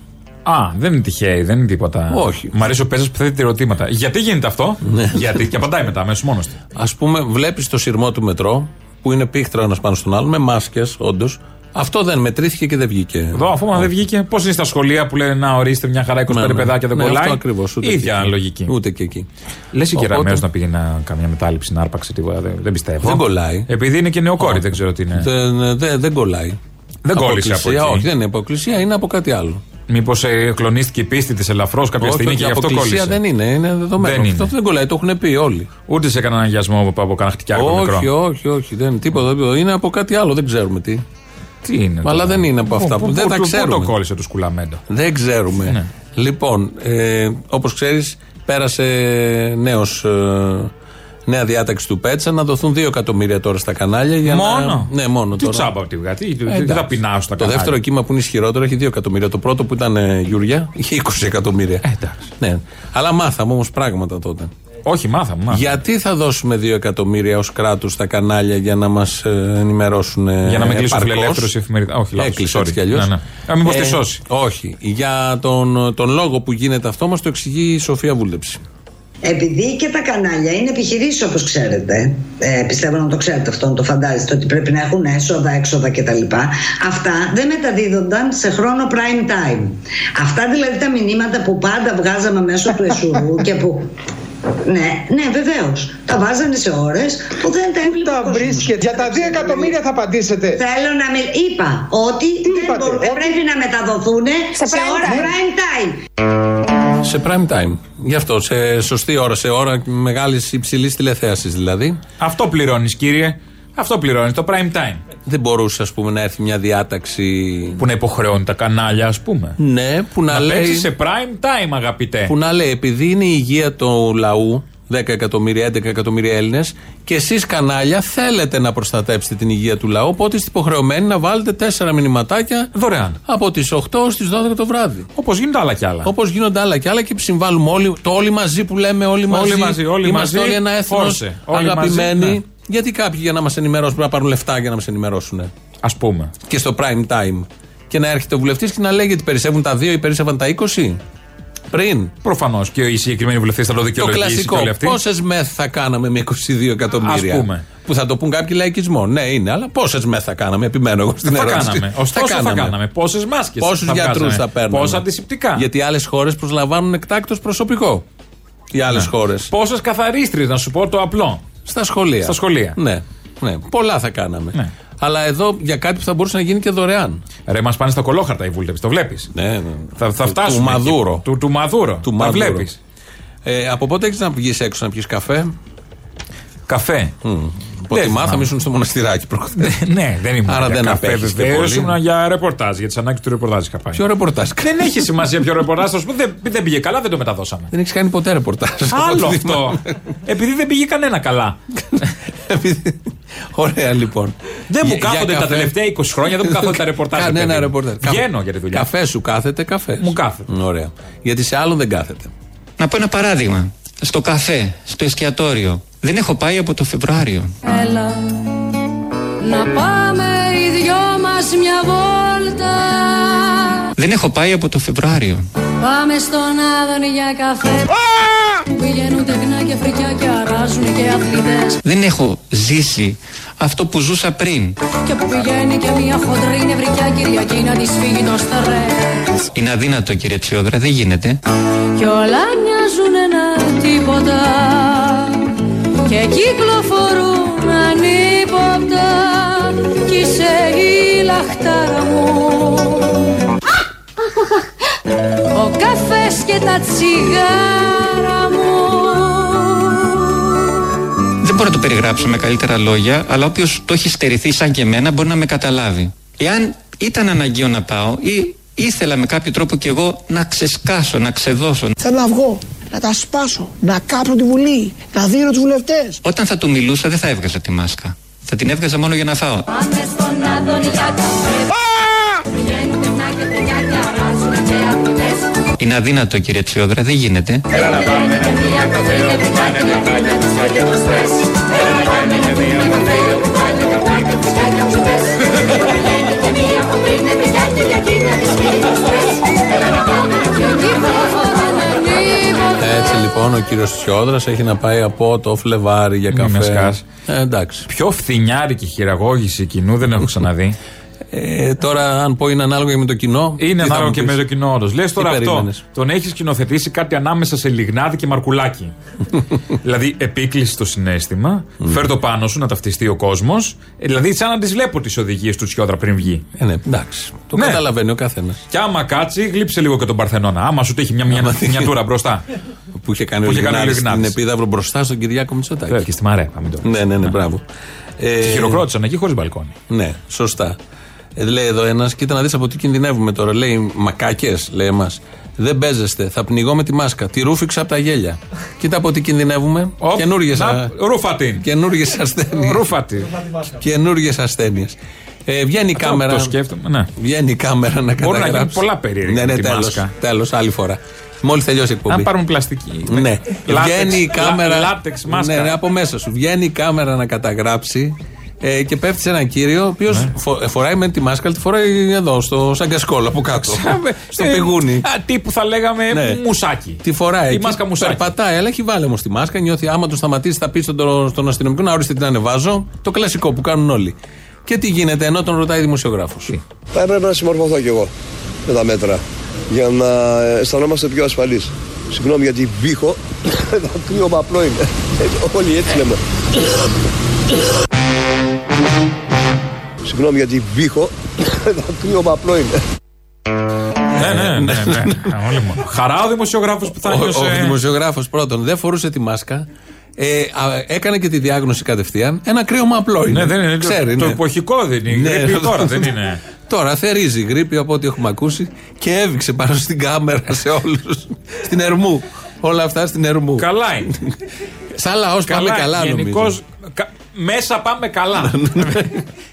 Α, δεν είναι τυχαίοι, δεν είναι τίποτα. Όχι. Ναι. Μ' αρέσει ο Πέζα που θέτει ερωτήματα. Γιατί γίνεται αυτό, Γιατί. Και απαντάει μετά, αμέσως μόνος του. Ας πούμε, βλέπεις το σειρμό του μετρό που είναι πίχτρα ο ένας πάνω στον άλλον, με μάσκες, όντως. Αυτό δεν μετρήθηκε και δεν βγήκε. Εδώ, αφού μα δεν βγήκε, πώς είναι στα σχολεία που λένε Να ορίστε μια χαρά 25 Ναι, ναι. παιδάκια δεν Ναι, κολλάει. Αυτό ακριβώς. ίδια λογική. Ούτε και εκεί. Λες και Οπότε- κεραμέο να πήγε να καμιά μετάληψη να άρπαξε τίποτα. Δεν, δεν πιστεύω. Δεν κολλάει. Επειδή είναι και νεοκόρη, δεν ξέρω τι είναι. Δεν, δεν, δεν κολλάει. Δεν κόλλησε από Αποκλεισία, εκεί. Όχι, δεν είναι αποκλεισία, είναι από κάτι άλλο. Μήπως ε, κλονίστηκε η πίστη της ελαφρώς κάποια Όχι, στιγμή όχι, και γι' αυτό κόλλησε. αποκλεισία δεν είναι, είναι δεδομένο. Δεν Αυτό είναι. δεν κολλάει, το έχουν πει όλοι. Ούτε σε κανέναν αγιασμό από, από κανένα χτυκιάκι όχι, μικρό. όχι, όχι, δεν είναι τίποτα. τίποτα. Είναι από κάτι άλλο, δεν ξέρουμε τι. Τι είναι. Μα, αλλά δεν είναι από αυτά που- δεν τα του- Πού ξέρουμε. το κόλλησε του σκουλαμέντα. Δεν ξέρουμε. Ναι. Λοιπόν, ε, όπως ξέρεις, πέρασε νέος, ε, νέα διάταξη του Πέτσα να δοθούν 2 εκατομμύρια τώρα στα κανάλια. Για Μόνο. Να... Ναι, μόνο Τι τώρα. τσάμπα από τη βγα. Τι, τι- τι Εντάξει. θα πεινάω στα Το κανάλια. δεύτερο κύμα που είναι ισχυρότερο έχει 2 εκατομμύρια. Το πρώτο που ήταν ε, Γιούρια *laughs* είχε 20 εκατομμύρια. Ε, Εντάξει. Ναι. Αλλά μάθαμε όμως πράγματα τότε. Όχι, μάθαμε. μάθαμε. Γιατί θα δώσουμε 2 εκατομμύρια ως κράτος στα κανάλια για να μας ενημερώσουν. ε, Για να μην κλείσουν επαρκώς. φιλελεύθερους η εφημερίδα. Όχι, λάθος. Έκλεισε έτσι κι Ε, αλλιώ. Ναι, ναι. Α, μήπως τη σώσει. Όχι. Για τον, τον λόγο που γίνεται αυτό μας το εξηγεί η Σοφία Βούλτεψη. Επειδή και τα κανάλια είναι επιχειρήσεις όπως ξέρετε, ε, πιστεύω να το ξέρετε αυτό, να το φαντάζεστε ότι πρέπει να έχουν έσοδα, έξοδα κτλ. Αυτά δεν μεταδίδονταν σε χρόνο prime time. Αυτά δηλαδή τα μηνύματα που πάντα βγάζαμε μέσω του *laughs* εσουρού και που. Ναι, ναι, βεβαίως. Τα βάζανε σε ώρες που δεν τα έβλεπε. ο Τα κόσμος. βρίσκεται. Για τα 2 εκατομμύρια θα απαντήσετε. Θέλω να με. Είπα ότι δεν είπατε, μπορούν- ότι- πρέπει να μεταδοθούν σε, Σε prime ώρα time. prime time. Σε prime time. Γι' αυτό, σε σωστή ώρα, σε ώρα μεγάλης υψηλής τηλεθέασης δηλαδή. Αυτό πληρώνεις, κύριε. Αυτό πληρώνεις. Το prime time. Δεν μπορούσε, ας πούμε, να έρθει μια διάταξη. Που να υποχρεώνει τα κανάλια, ας πούμε. Ναι, που να, Να παίξει λέει. σε prime time, αγαπητέ. Που να λέει, επειδή είναι η υγεία του λαού, 10 εκατομμύρια, 11 εκατομμύρια Έλληνες, και εσείς κανάλια θέλετε να προστατέψετε την υγεία του λαού, οπότε είστε υποχρεωμένοι να βάλετε 4 μηνυματάκια Δωρεάν. από τις 8 στι 12 το βράδυ. Όπως γίνονται άλλα κι άλλα. Όπως γίνονται άλλα και άλλα και συμβάλλουμε όλοι, το όλοι μαζί που λέμε όλοι μαζί. μαζί, όλοι Είμαστε μαζί, όλοι ένα έθνος φόρσε. Όλοι αγαπημένοι. μαζί, ναι. Γιατί κάποιοι για να μας ενημερώσουν πρέπει να πάρουν λεφτά για να μας ενημερώσουν. Ας πούμε. Και στο prime time. Και να έρχεται ο βουλευτής και να λέει γιατί περισσεύουν τα 2 ή περισσεύαν τα 20. Πριν. Προφανώς. Και οι συγκεκριμένοι βουλευτές θα το Το δικαιολογήσουν κλασικό. όλοι αυτοί. Πόσες μεθ θα κάναμε με 22 εκατομμύρια. Ας πούμε. Που θα το πούν κάποιοι λαϊκισμό. Ναι, είναι, αλλά πόσες μεθ θα κάναμε. Επιμένω εγώ στην θα ερώτηση. κάναμε. Ωστόσο θα κάναμε. Πόσες μάσκες Πόσους θα γιατρούς βγάζαμε. θα παίρναμε. Πόσα αντισηπτικά. Γιατί άλλες χώρες προσλαμβάνουν εκτάκτο προσωπικό. Οι άλλες Ναι. χώρες. Πόσες καθαρίστριες, να σου πω το απλό. Στα σχολεία. Στα σχολεία. Ναι. ναι. Πολλά θα κάναμε. Ναι. Αλλά εδώ για κάτι που θα μπορούσε να γίνει και δωρεάν. Ρε, μας πάνε στα κολόχαρτα οι βούλτευε. Το βλέπεις. Ναι, ναι. Θα, θα Του- Του φτάσουμε. εκεί. Μαδούρο. Του, του Μαδούρο. Του τα Μαδούρο. βλέπεις. Ε, από πότε έχεις να βγεις έξω να πιεις καφέ. Καφέ. Πότε Ναι. Δεν μάθαμε, θυμάμαι. ήσουν στο μοναστηράκι προχθές. *laughs* ναι, δεν ήμουν. Άρα για δεν καφέ, απέχεις και βεβαίως, πολύ. Ήμουν για ρεπορτάζ, για τις ανάγκες του ρεπορτάζ είχα πάει. Ποιο ρεπορτάζ. Ναι, Δεν έχει σημασία ποιο ρεπορτάζ, θα σου πω, δεν, δεν πήγε καλά, δεν το *laughs* μεταδώσαμε. Δεν έχεις κάνει ποτέ ρεπορτάζ. *laughs* Άλλο Ό,τι αυτό. Επειδή δεν πήγε κανένα καλά. Επειδή- Ωραία, λοιπόν. Δεν μου Για- κάθονται για τα καφέ. τελευταία 20 χρόνια, δεν μου κάθονται τα ρεπορτάζ. ρε Κανένα παιδί μου. ρεπορτάζ. Βγαίνω για τη δουλειά. Καφέ σου κάθεται, καφές. Μου κάθεται. Ωραία. Γιατί σε άλλον δεν κάθεται. Να πω ένα παράδειγμα. Στο καφέ, στο εστιατόριο. Δεν έχω πάει από το Φεβρουάριο. Έλα να πάμε οι δυο μας μια βόλτα Δεν έχω πάει από το Φεβρουάριο. Πάμε στον Άδωνη για καφέ Που πηγαίνουν τεκνά και φρικιά και αράζουν και αθλητές Δεν έχω ζήσει αυτό που ζούσα πριν. Και που πηγαίνει και μια χοντρή νευρικιά Κυριακή να της φύγει το στερές Είναι αδύνατο κύριε Τσιόδρα, δεν γίνεται. Κι όλα μοιάζουν ένα τίποτα Και κυκλοφορούν ανύποπτα Κι είσαι η λαχτάρα μου Ο καφές και τα τσιγάρα μου Δεν μπορώ να το περιγράψω με καλύτερα λόγια, αλλά όποιος το έχει στερηθεί σαν και εμένα μπορεί να με καταλάβει. Εάν ήταν αναγκαίο να πάω ή ήθελα με κάποιο τρόπο κι εγώ να ξεσκάσω, να ξεδώσω. Θέλω να βγω, να τα σπάσω, να κάπνω τη Βουλή, να δίνω τους βουλευτές. Όταν θα του μιλούσα δεν θα έβγαζα τη μάσκα. Θα την έβγαζα μόνο για να φάω. Πάμε στον Άδωνη για καφέ Πηγαίνουν τεχνά και παιδιά και αράζουν και αθλητές Είναι αδύνατο κύριε Τσιόδρα, δεν γίνεται. Πηγαίνουν και μια καφέ και παιδιά και λαχτάρα φρικιά και το στρες Έλα να πάμε να δούμε καφέ και παιδιά και καπνά και φρικιά και αθλητές Πηγαίνουν και μια χοντρή νευρικιά Κυριακή να της φύγει το στρες Έλα να πάμε να δούμε Έτσι λοιπόν ο κύριος Τσιόδρα έχει να πάει από το Φλεβάρι για Μη με καφέ. σκάς. Ε, εντάξει. Πιο φθηνιάρικη χειραγώγηση κοινού δεν έχω ξαναδεί. Ε, τώρα, αν πω είναι ανάλογο και με το κοινό. τι Είναι θα ανάλογο μου και πεις? με το κοινό όρο. Λε τώρα αυτό. περίμενες? Τον έχεις σκηνοθετήσει κάτι ανάμεσα σε λιγνάδι και *laughs* μαρκουλάκι. δηλαδή, επίκληση το συνέστημα, φέρ το πάνω σου να ταυτιστεί ο κόσμος. Δηλαδή, σαν να τις βλέπω τις οδηγίες του Τσιόδρα πριν βγει. Ε, ναι, εντάξει. Το καταλαβαίνει ο καθένας. Και άμα κάτσει, γλύψε λίγο και τον Παρθενώνα. Άμα σου τύχει μια, μια, Άμα μια, τύχει. τούρα *laughs* μπροστά. Ε, Που είχε κάνει ο Που είχε κάνει ο Λιγνάδης στην Λιγνάδης. επίδαυρο μπροστά στον Κυριάκο Μητσοτάκη. και στη Μαρέπα, μην το πεις. Ναι, ναι, ναι, μπράβο. Ε, Τη χειροκρότησαν εκεί χωρίς μπαλκόνι. Ναι, σωστά. Ε, λέει εδώ ένας, κοίτα να δεις από τι κινδυνεύουμε τώρα. Λέει μακάκες, λέει εμάς. Δεν παίζεστε, θα πνιγώ με τη μάσκα. Τη ρούφηξα από τα γέλια. Κοίτα από τι κινδυνεύουμε. Καινούργιες να- ρούφα την. ασθένειε. Ρούφα την. Καινούργιες ασθένειες. Ε, βγαίνει η Αυτό κάμερα. το σκέφτομαι, ναι. Βγαίνει η κάμερα να Μπορεί να καταγράψει. γίνουν πολλά περίεργα Ναι, ναι, με τη τέλος, μάσκα. τέλος, άλλη φορά. Μόλις τελειώσει η εκπομπή. Αν πάρουν πλαστική. Ναι. Λάτεξ, βγαίνει η λα- κάμερα. λάτεξ, μάσκα. Ναι, ναι, από μέσα σου. Βγαίνει η κάμερα να καταγράψει ε, και πέφτει σε έναν κύριο ο οποίος Ναι. φοράει με τη μάσκα, αλλά τη φοράει εδώ, στο σαγκασκόλ από κάτω. στο Ε, πηγούνι. α, Τι που θα λέγαμε Ναι. μουσάκι. Τη φοράει. Η εκεί, μάσκα μουσάκι. Περπατάει, αλλά έχει βάλει όμως τη μάσκα. Νιώθει άμα το σταματήσει, θα πει στον, στον αστυνομικό να ορίστε την ανεβάζω. Το κλασικό που κάνουν όλοι. Και τι γίνεται, ενώ τον ρωτάει δημοσιογράφος. Θα έπρεπε να συμμορφωθώ κι εγώ με τα μέτρα για να αισθανόμαστε πιο ασφαλείς. Συγγνώμη γιατί βήχω, κρύωμα απλό είναι. Όλοι έτσι λέμε. Συγγνώμη γιατί *laughs* βήχω, κρύωμα απλό είναι. Ναι, ναι, ναι. ναι, ναι. Όλοι μόνο. Χαρά ο δημοσιογράφος που θα Ο, νιώσε. ο δημοσιογράφος πρώτον δεν φορούσε τη μάσκα. Ε, α, έκανε και τη διάγνωση κατευθείαν. Ένα κρύωμα απλό είναι. Ναι, δεν είναι. Ξέρει, το ναι. εποχικό δεν είναι. Ναι. Γρήπη τώρα δεν είναι. Τώρα θερίζει η γρήπη από ό,τι έχουμε ακούσει και έβηξε πάνω στην κάμερα σε όλους. στην Ερμού. Όλα αυτά στην Ερμού. Καλά είναι. Σαν λαός πάμε καλά νομίζω. Ναι, γενικώς, κα- μέσα πάμε καλά. *laughs*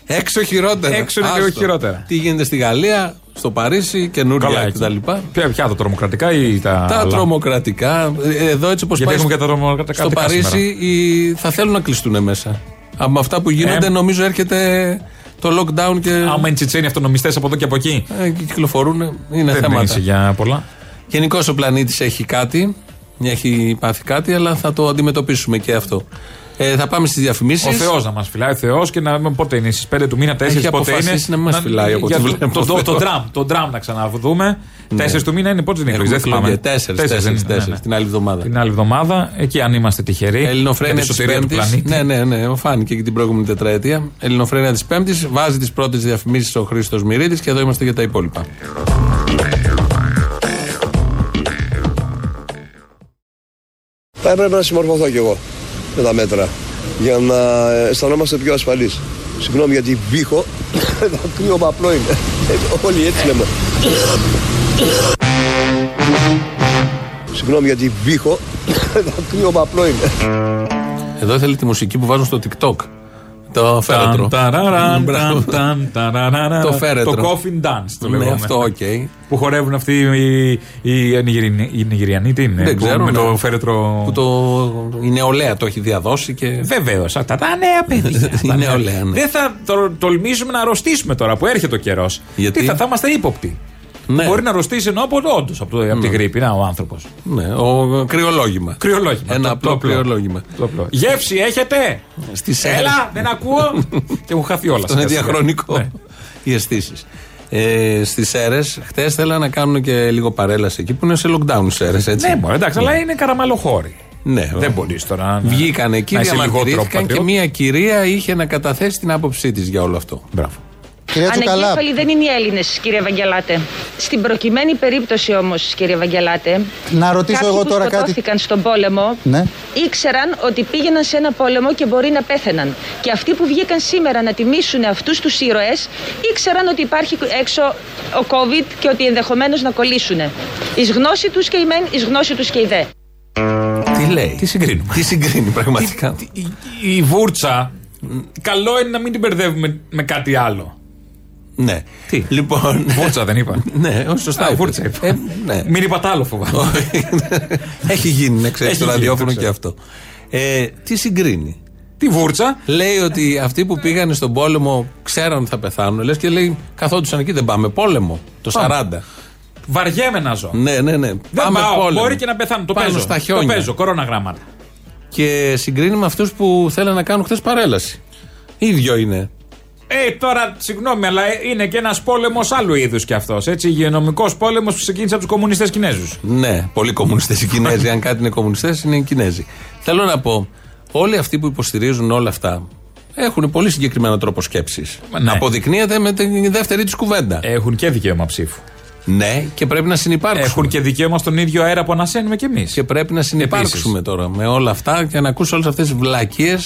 Έξω χειρότερα. Έξω είναι Άστο. λίγο χειρότερα. Τι γίνεται στη Γαλλία, στο Παρίσι, Καλά καινούρια εκεί. κτλ. Ποια, ποια τα τρομοκρατικά ή τα. Τα άλλα? τρομοκρατικά. ε, Εδώ έτσι όπως Γιατί πάει. έχουμε στο- και τα τρομοκρατικά Στο δικά Παρίσι σήμερα. οι, θα θέλουν να κλειστούν μέσα. Από αυτά που γίνονται, Ε. νομίζω έρχεται το lockdown και. Άμα είναι τσιτσένοι αυτονομιστές από εδώ και από εκεί. Ε, κυκλοφορούν. Είναι δεν θέματα. είσαι για πολλά. Γενικώς ο πλανήτης έχει κάτι, έχει πάθει κάτι, αλλά θα το αντιμετωπίσουμε και αυτό. Ε, θα πάμε στις διαφημίσεις. Ο Θεός να μας φυλάει, ο Θεός και να λέμε πότε είναι στις 5 του μήνα, 4 Έχει πότε είναι. αποφασίσει να μην μας φυλάει, από για ό,τι το- βλέπω, το- ο το- Το Θεός. τραμ, το τραμ να ξαναδούμε. Ναι. 4 του μήνα είναι πότε είναι Έχουμε εκλογέ, δεν θυμάμαι. εκλογές. Τέσσερις, Τέσσερις, τέσσερις, ναι, ναι, τέσσερις, ναι. την άλλη εβδομάδα. Την άλλη εβδομάδα, εκεί αν είμαστε τυχεροί. Ελληνοφρένια για τη τη σωτηρία του Πέμπτης. πλανήτη. Ναι, ναι, ναι, φάνηκε και την προηγούμενη τετραετία. Ελληνοφρένια της Πέμπτης βάζει τις πρώτες διαφημίσεις ο Χρήστος Μυρίδης και εδώ είμαστε για τα υπόλοιπα. Θα έπρεπε να συμμορφωθώ κι εγώ με τα μέτρα για να ε, αισθανόμαστε πιο ασφαλείς. Συγγνώμη γιατί *laughs* βήχω, δακρύωμα απλό είναι. *laughs* Όλοι έτσι λέμε. Συγγνώμη γιατί βήχω, *laughs* δακρύωμα απλό είναι. Εδώ θέλει τη μουσική που βάζουν στο TikTok. Το φέρετρο. ταραραν, Μπράβο. ταν, ταν, ταραραρα. Το φέρετρο. Το coffin dance το Ναι, λέγαμε. αυτό, οκ. Που χορεύουν αυτοί οι, οι, οι Νιγηρινοί- οι Νιγηριανοί, τι είναι. Δεν που ξέρω, Με ναι. το φέρετρο. Που το, η νεολαία το έχει διαδώσει και. Βεβαίως. Αυτά τα νέα *laughs* παιδιά. Η νεολαία, ναι. Δεν θα τολ- τολμήσουμε να αρρωστήσουμε τώρα που έρχεται ο καιρός. Γιατί? Τι θα, θα είμαστε ύποπτοι. Ναι. Μπορεί να αρρωστήσει ενώ από όντως από, το- από τη γρήπη. Να, ο άνθρωπος. Ναι, ο, κρυολόγημα. Κρυολόγημα. Ένα Το- το απλό απλό. κρυολόγημα. Το απλό. Γεύση έχετε! Στις Έλα, δεν *laughs* ακούω! και έχουν χαθεί όλα. Αυτό είναι σιγά-σιγά. Ναι. διαχρονικό. Οι αισθήσεις. Ε, Στις ΣΕΡΕ, χτε θέλανε να κάνουν και λίγο παρέλαση εκεί που είναι σε lockdown ΣΕΡΕ, έτσι. Ναι, μωρέ, εντάξει, Ναι. αλλά είναι καραμαλοχώροι. Ναι, Δεν μπορείς τώρα να. Βγήκαν εκεί, να είσαι διαμαρτυρήθηκαν και πατριώτης. μία κυρία είχε να καταθέσει την άποψή της για όλο αυτό. Μπράβο. Ανεκέφαλοι δεν είναι οι Έλληνες, κύριε Βαγγελάτε. Στην προκειμένη περίπτωση όμως, κύριε Βαγγελάτε. Να ρωτήσω κάποιοι εγώ που τώρα κάτι. σκοτώθηκαν στον πόλεμο. Ναι. Ήξεραν ότι πήγαιναν σε ένα πόλεμο και μπορεί να πέθαιναν. Και αυτοί που βγήκαν σήμερα να τιμήσουν αυτούς τους ήρωες, ήξεραν ότι υπάρχει έξω ο COVID και ότι ενδεχομένως να κολλήσουν. Η γνώση τους και η μεν, η γνώση τους και η δε. Τι λέει. Τι συγκρίνουμε. Τι συγκρίνει πραγματικά. Η βούρτσα. Καλό είναι να μην την μπερδεύουμε με κάτι άλλο. *laughs* Ναι. Τι. Λοιπόν. Βούρτσα δεν είπα. Ναι, όχι, σωστά. Α, είπε. βούρτσα είπα. Ε, ναι. Μην είπατε άλλο φοβάμαι. Έχει γίνει, να ξέρεις Έχει το γίνει, ραδιόφωνο το και ξέρω. αυτό. Ε, τι συγκρίνει. Τη βούρτσα. Λέει ότι αυτοί που πήγαν στον πόλεμο ξέραν ότι θα πεθάνουν. Λες και λέει, καθόντουσαν εκεί, δεν πάμε πόλεμο. Το 40. Πάμε. Βαριέμαι να ζω. Ναι, ναι, ναι. Δεν πάμε πάω. πόλεμο. Μπορεί και να πεθάνω. Το Πάνω παίζω. Στα το χιόνια. παίζω. Κοροναγράμματα. Και συγκρίνει με αυτούς που θέλαν να κάνουν χθες παρέλαση. ίδιο είναι. Ε, τώρα, συγγνώμη, αλλά είναι και ένας πόλεμος άλλου είδους κι αυτός. Έτσι, υγειονομικός πόλεμος που ξεκίνησε από τους κομμουνιστές Κινέζους. Ναι, πολλοί κομμουνιστές οι Κινέζοι. Αν κάτι είναι κομμουνιστές, είναι οι Κινέζοι. Θέλω να πω, όλοι αυτοί που υποστηρίζουν όλα αυτά έχουν πολύ συγκεκριμένο τρόπο σκέψης. ναι. Ε. Αποδεικνύεται με τη δεύτερη τους κουβέντα. Έχουν και δικαίωμα ψήφου. Ναι, και πρέπει να συνεπάρξουν. Έχουν και δικαίωμα στον ίδιο αέρα που ανασένουμε κι εμείς. Και πρέπει να συνεπάρξουμε τώρα με όλα αυτά και να ακούς όλες αυτές τις βλακίες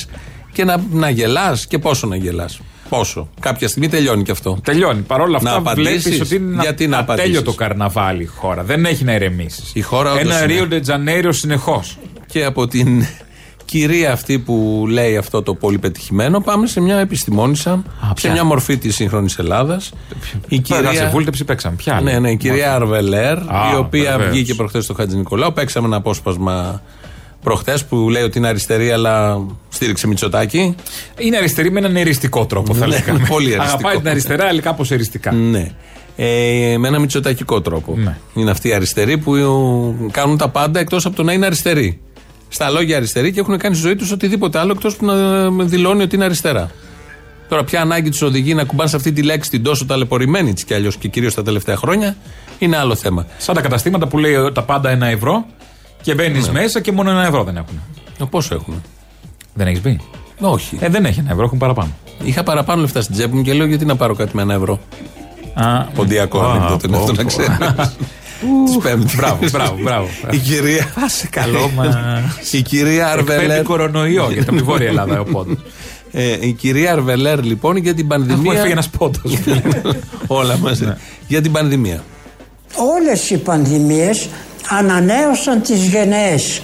και να, να γελάς. Και πόσο να γελάς. Πόσο. Κάποια στιγμή τελειώνει και αυτό. Τελειώνει. Παρ' όλα Να αυτά, απαντήσεις. βλέπει ότι είναι Γιατί να τέλειο το απαντήσεις. καρναβάλι η χώρα. Δεν έχει να ηρεμήσεις. Η χώρα όντως Ένα είναι. Ρίο Ντετζανέριο συνεχώς. Και από την *laughs* κυρία αυτή που λέει αυτό το πολύ πετυχημένο, πάμε σε μια επιστημόνισσα, σε ποια? μια μορφή της σύγχρονης Ελλάδας. Η Κυρία... κυρία. βούλτεψη παίξαμε. Ποια. άλλη? Ναι, ναι, η κυρία Αρβελέρ, Α, η οποία βεβαίως. βγήκε προχθές στο Χατζη Νικολάου. Παίξαμε ένα απόσπασμα προχθέ που λέει ότι είναι αριστερή, αλλά στήριξε Μητσοτάκη. Είναι αριστερή με έναν εριστικό τρόπο, θα Ναι, λέγαμε. *laughs* πολύ εριστικό. Αγαπάει την αριστερά, αλλά κάπως εριστικά. Ναι. Ε, με ένα μητσοτακικό τρόπο. Είναι αυτοί οι αριστεροί που ε, κάνουν τα πάντα εκτός από το να είναι αριστεροί. Στα λόγια αριστεροί και έχουν κάνει στη ζωή τους οτιδήποτε άλλο εκτός που να ε, δηλώνει ότι είναι αριστερά. Τώρα, ποια ανάγκη τους οδηγεί να κουμπάνε σε αυτή τη λέξη την τόσο ταλαιπωρημένη της κι αλλιώς και κυρίως τα τελευταία χρόνια, είναι άλλο θέμα. Σαν τα καταστήματα που λέει τα πάντα ένα ευρώ και μπαίνεις Ναι. μέσα και μόνο ένα ευρώ δεν έχουν. Ε, Πόσο έχουν. Δεν έχεις μπει. Όχι. Ε, δεν έχει ένα ευρώ, έχουν παραπάνω. Είχα παραπάνω λεφτά στην τσέπη μου και λέω γιατί να πάρω κάτι με ένα ευρώ. Α, Ποντιακό α, ανεκδότο είναι πω, αυτό να πω. ξέρεις. Της Πέμπτης. Μπράβο, μπράβο, μπράβο. Η κυρία. Άσε καλό, μας. Η κυρία Εκπέμπει Αρβελέρ. κορονοϊό για την Βόρεια Ελλάδα, ο *laughs* πόντος. Ε, η κυρία Αρβελέρ λοιπόν για την Μου πανδημία. έφυγε ένας πόντος. *laughs* Όλα μαζί. Ναι. Για την πανδημία. Όλες οι πανδημίες ανανέωσαν τις γενναίες.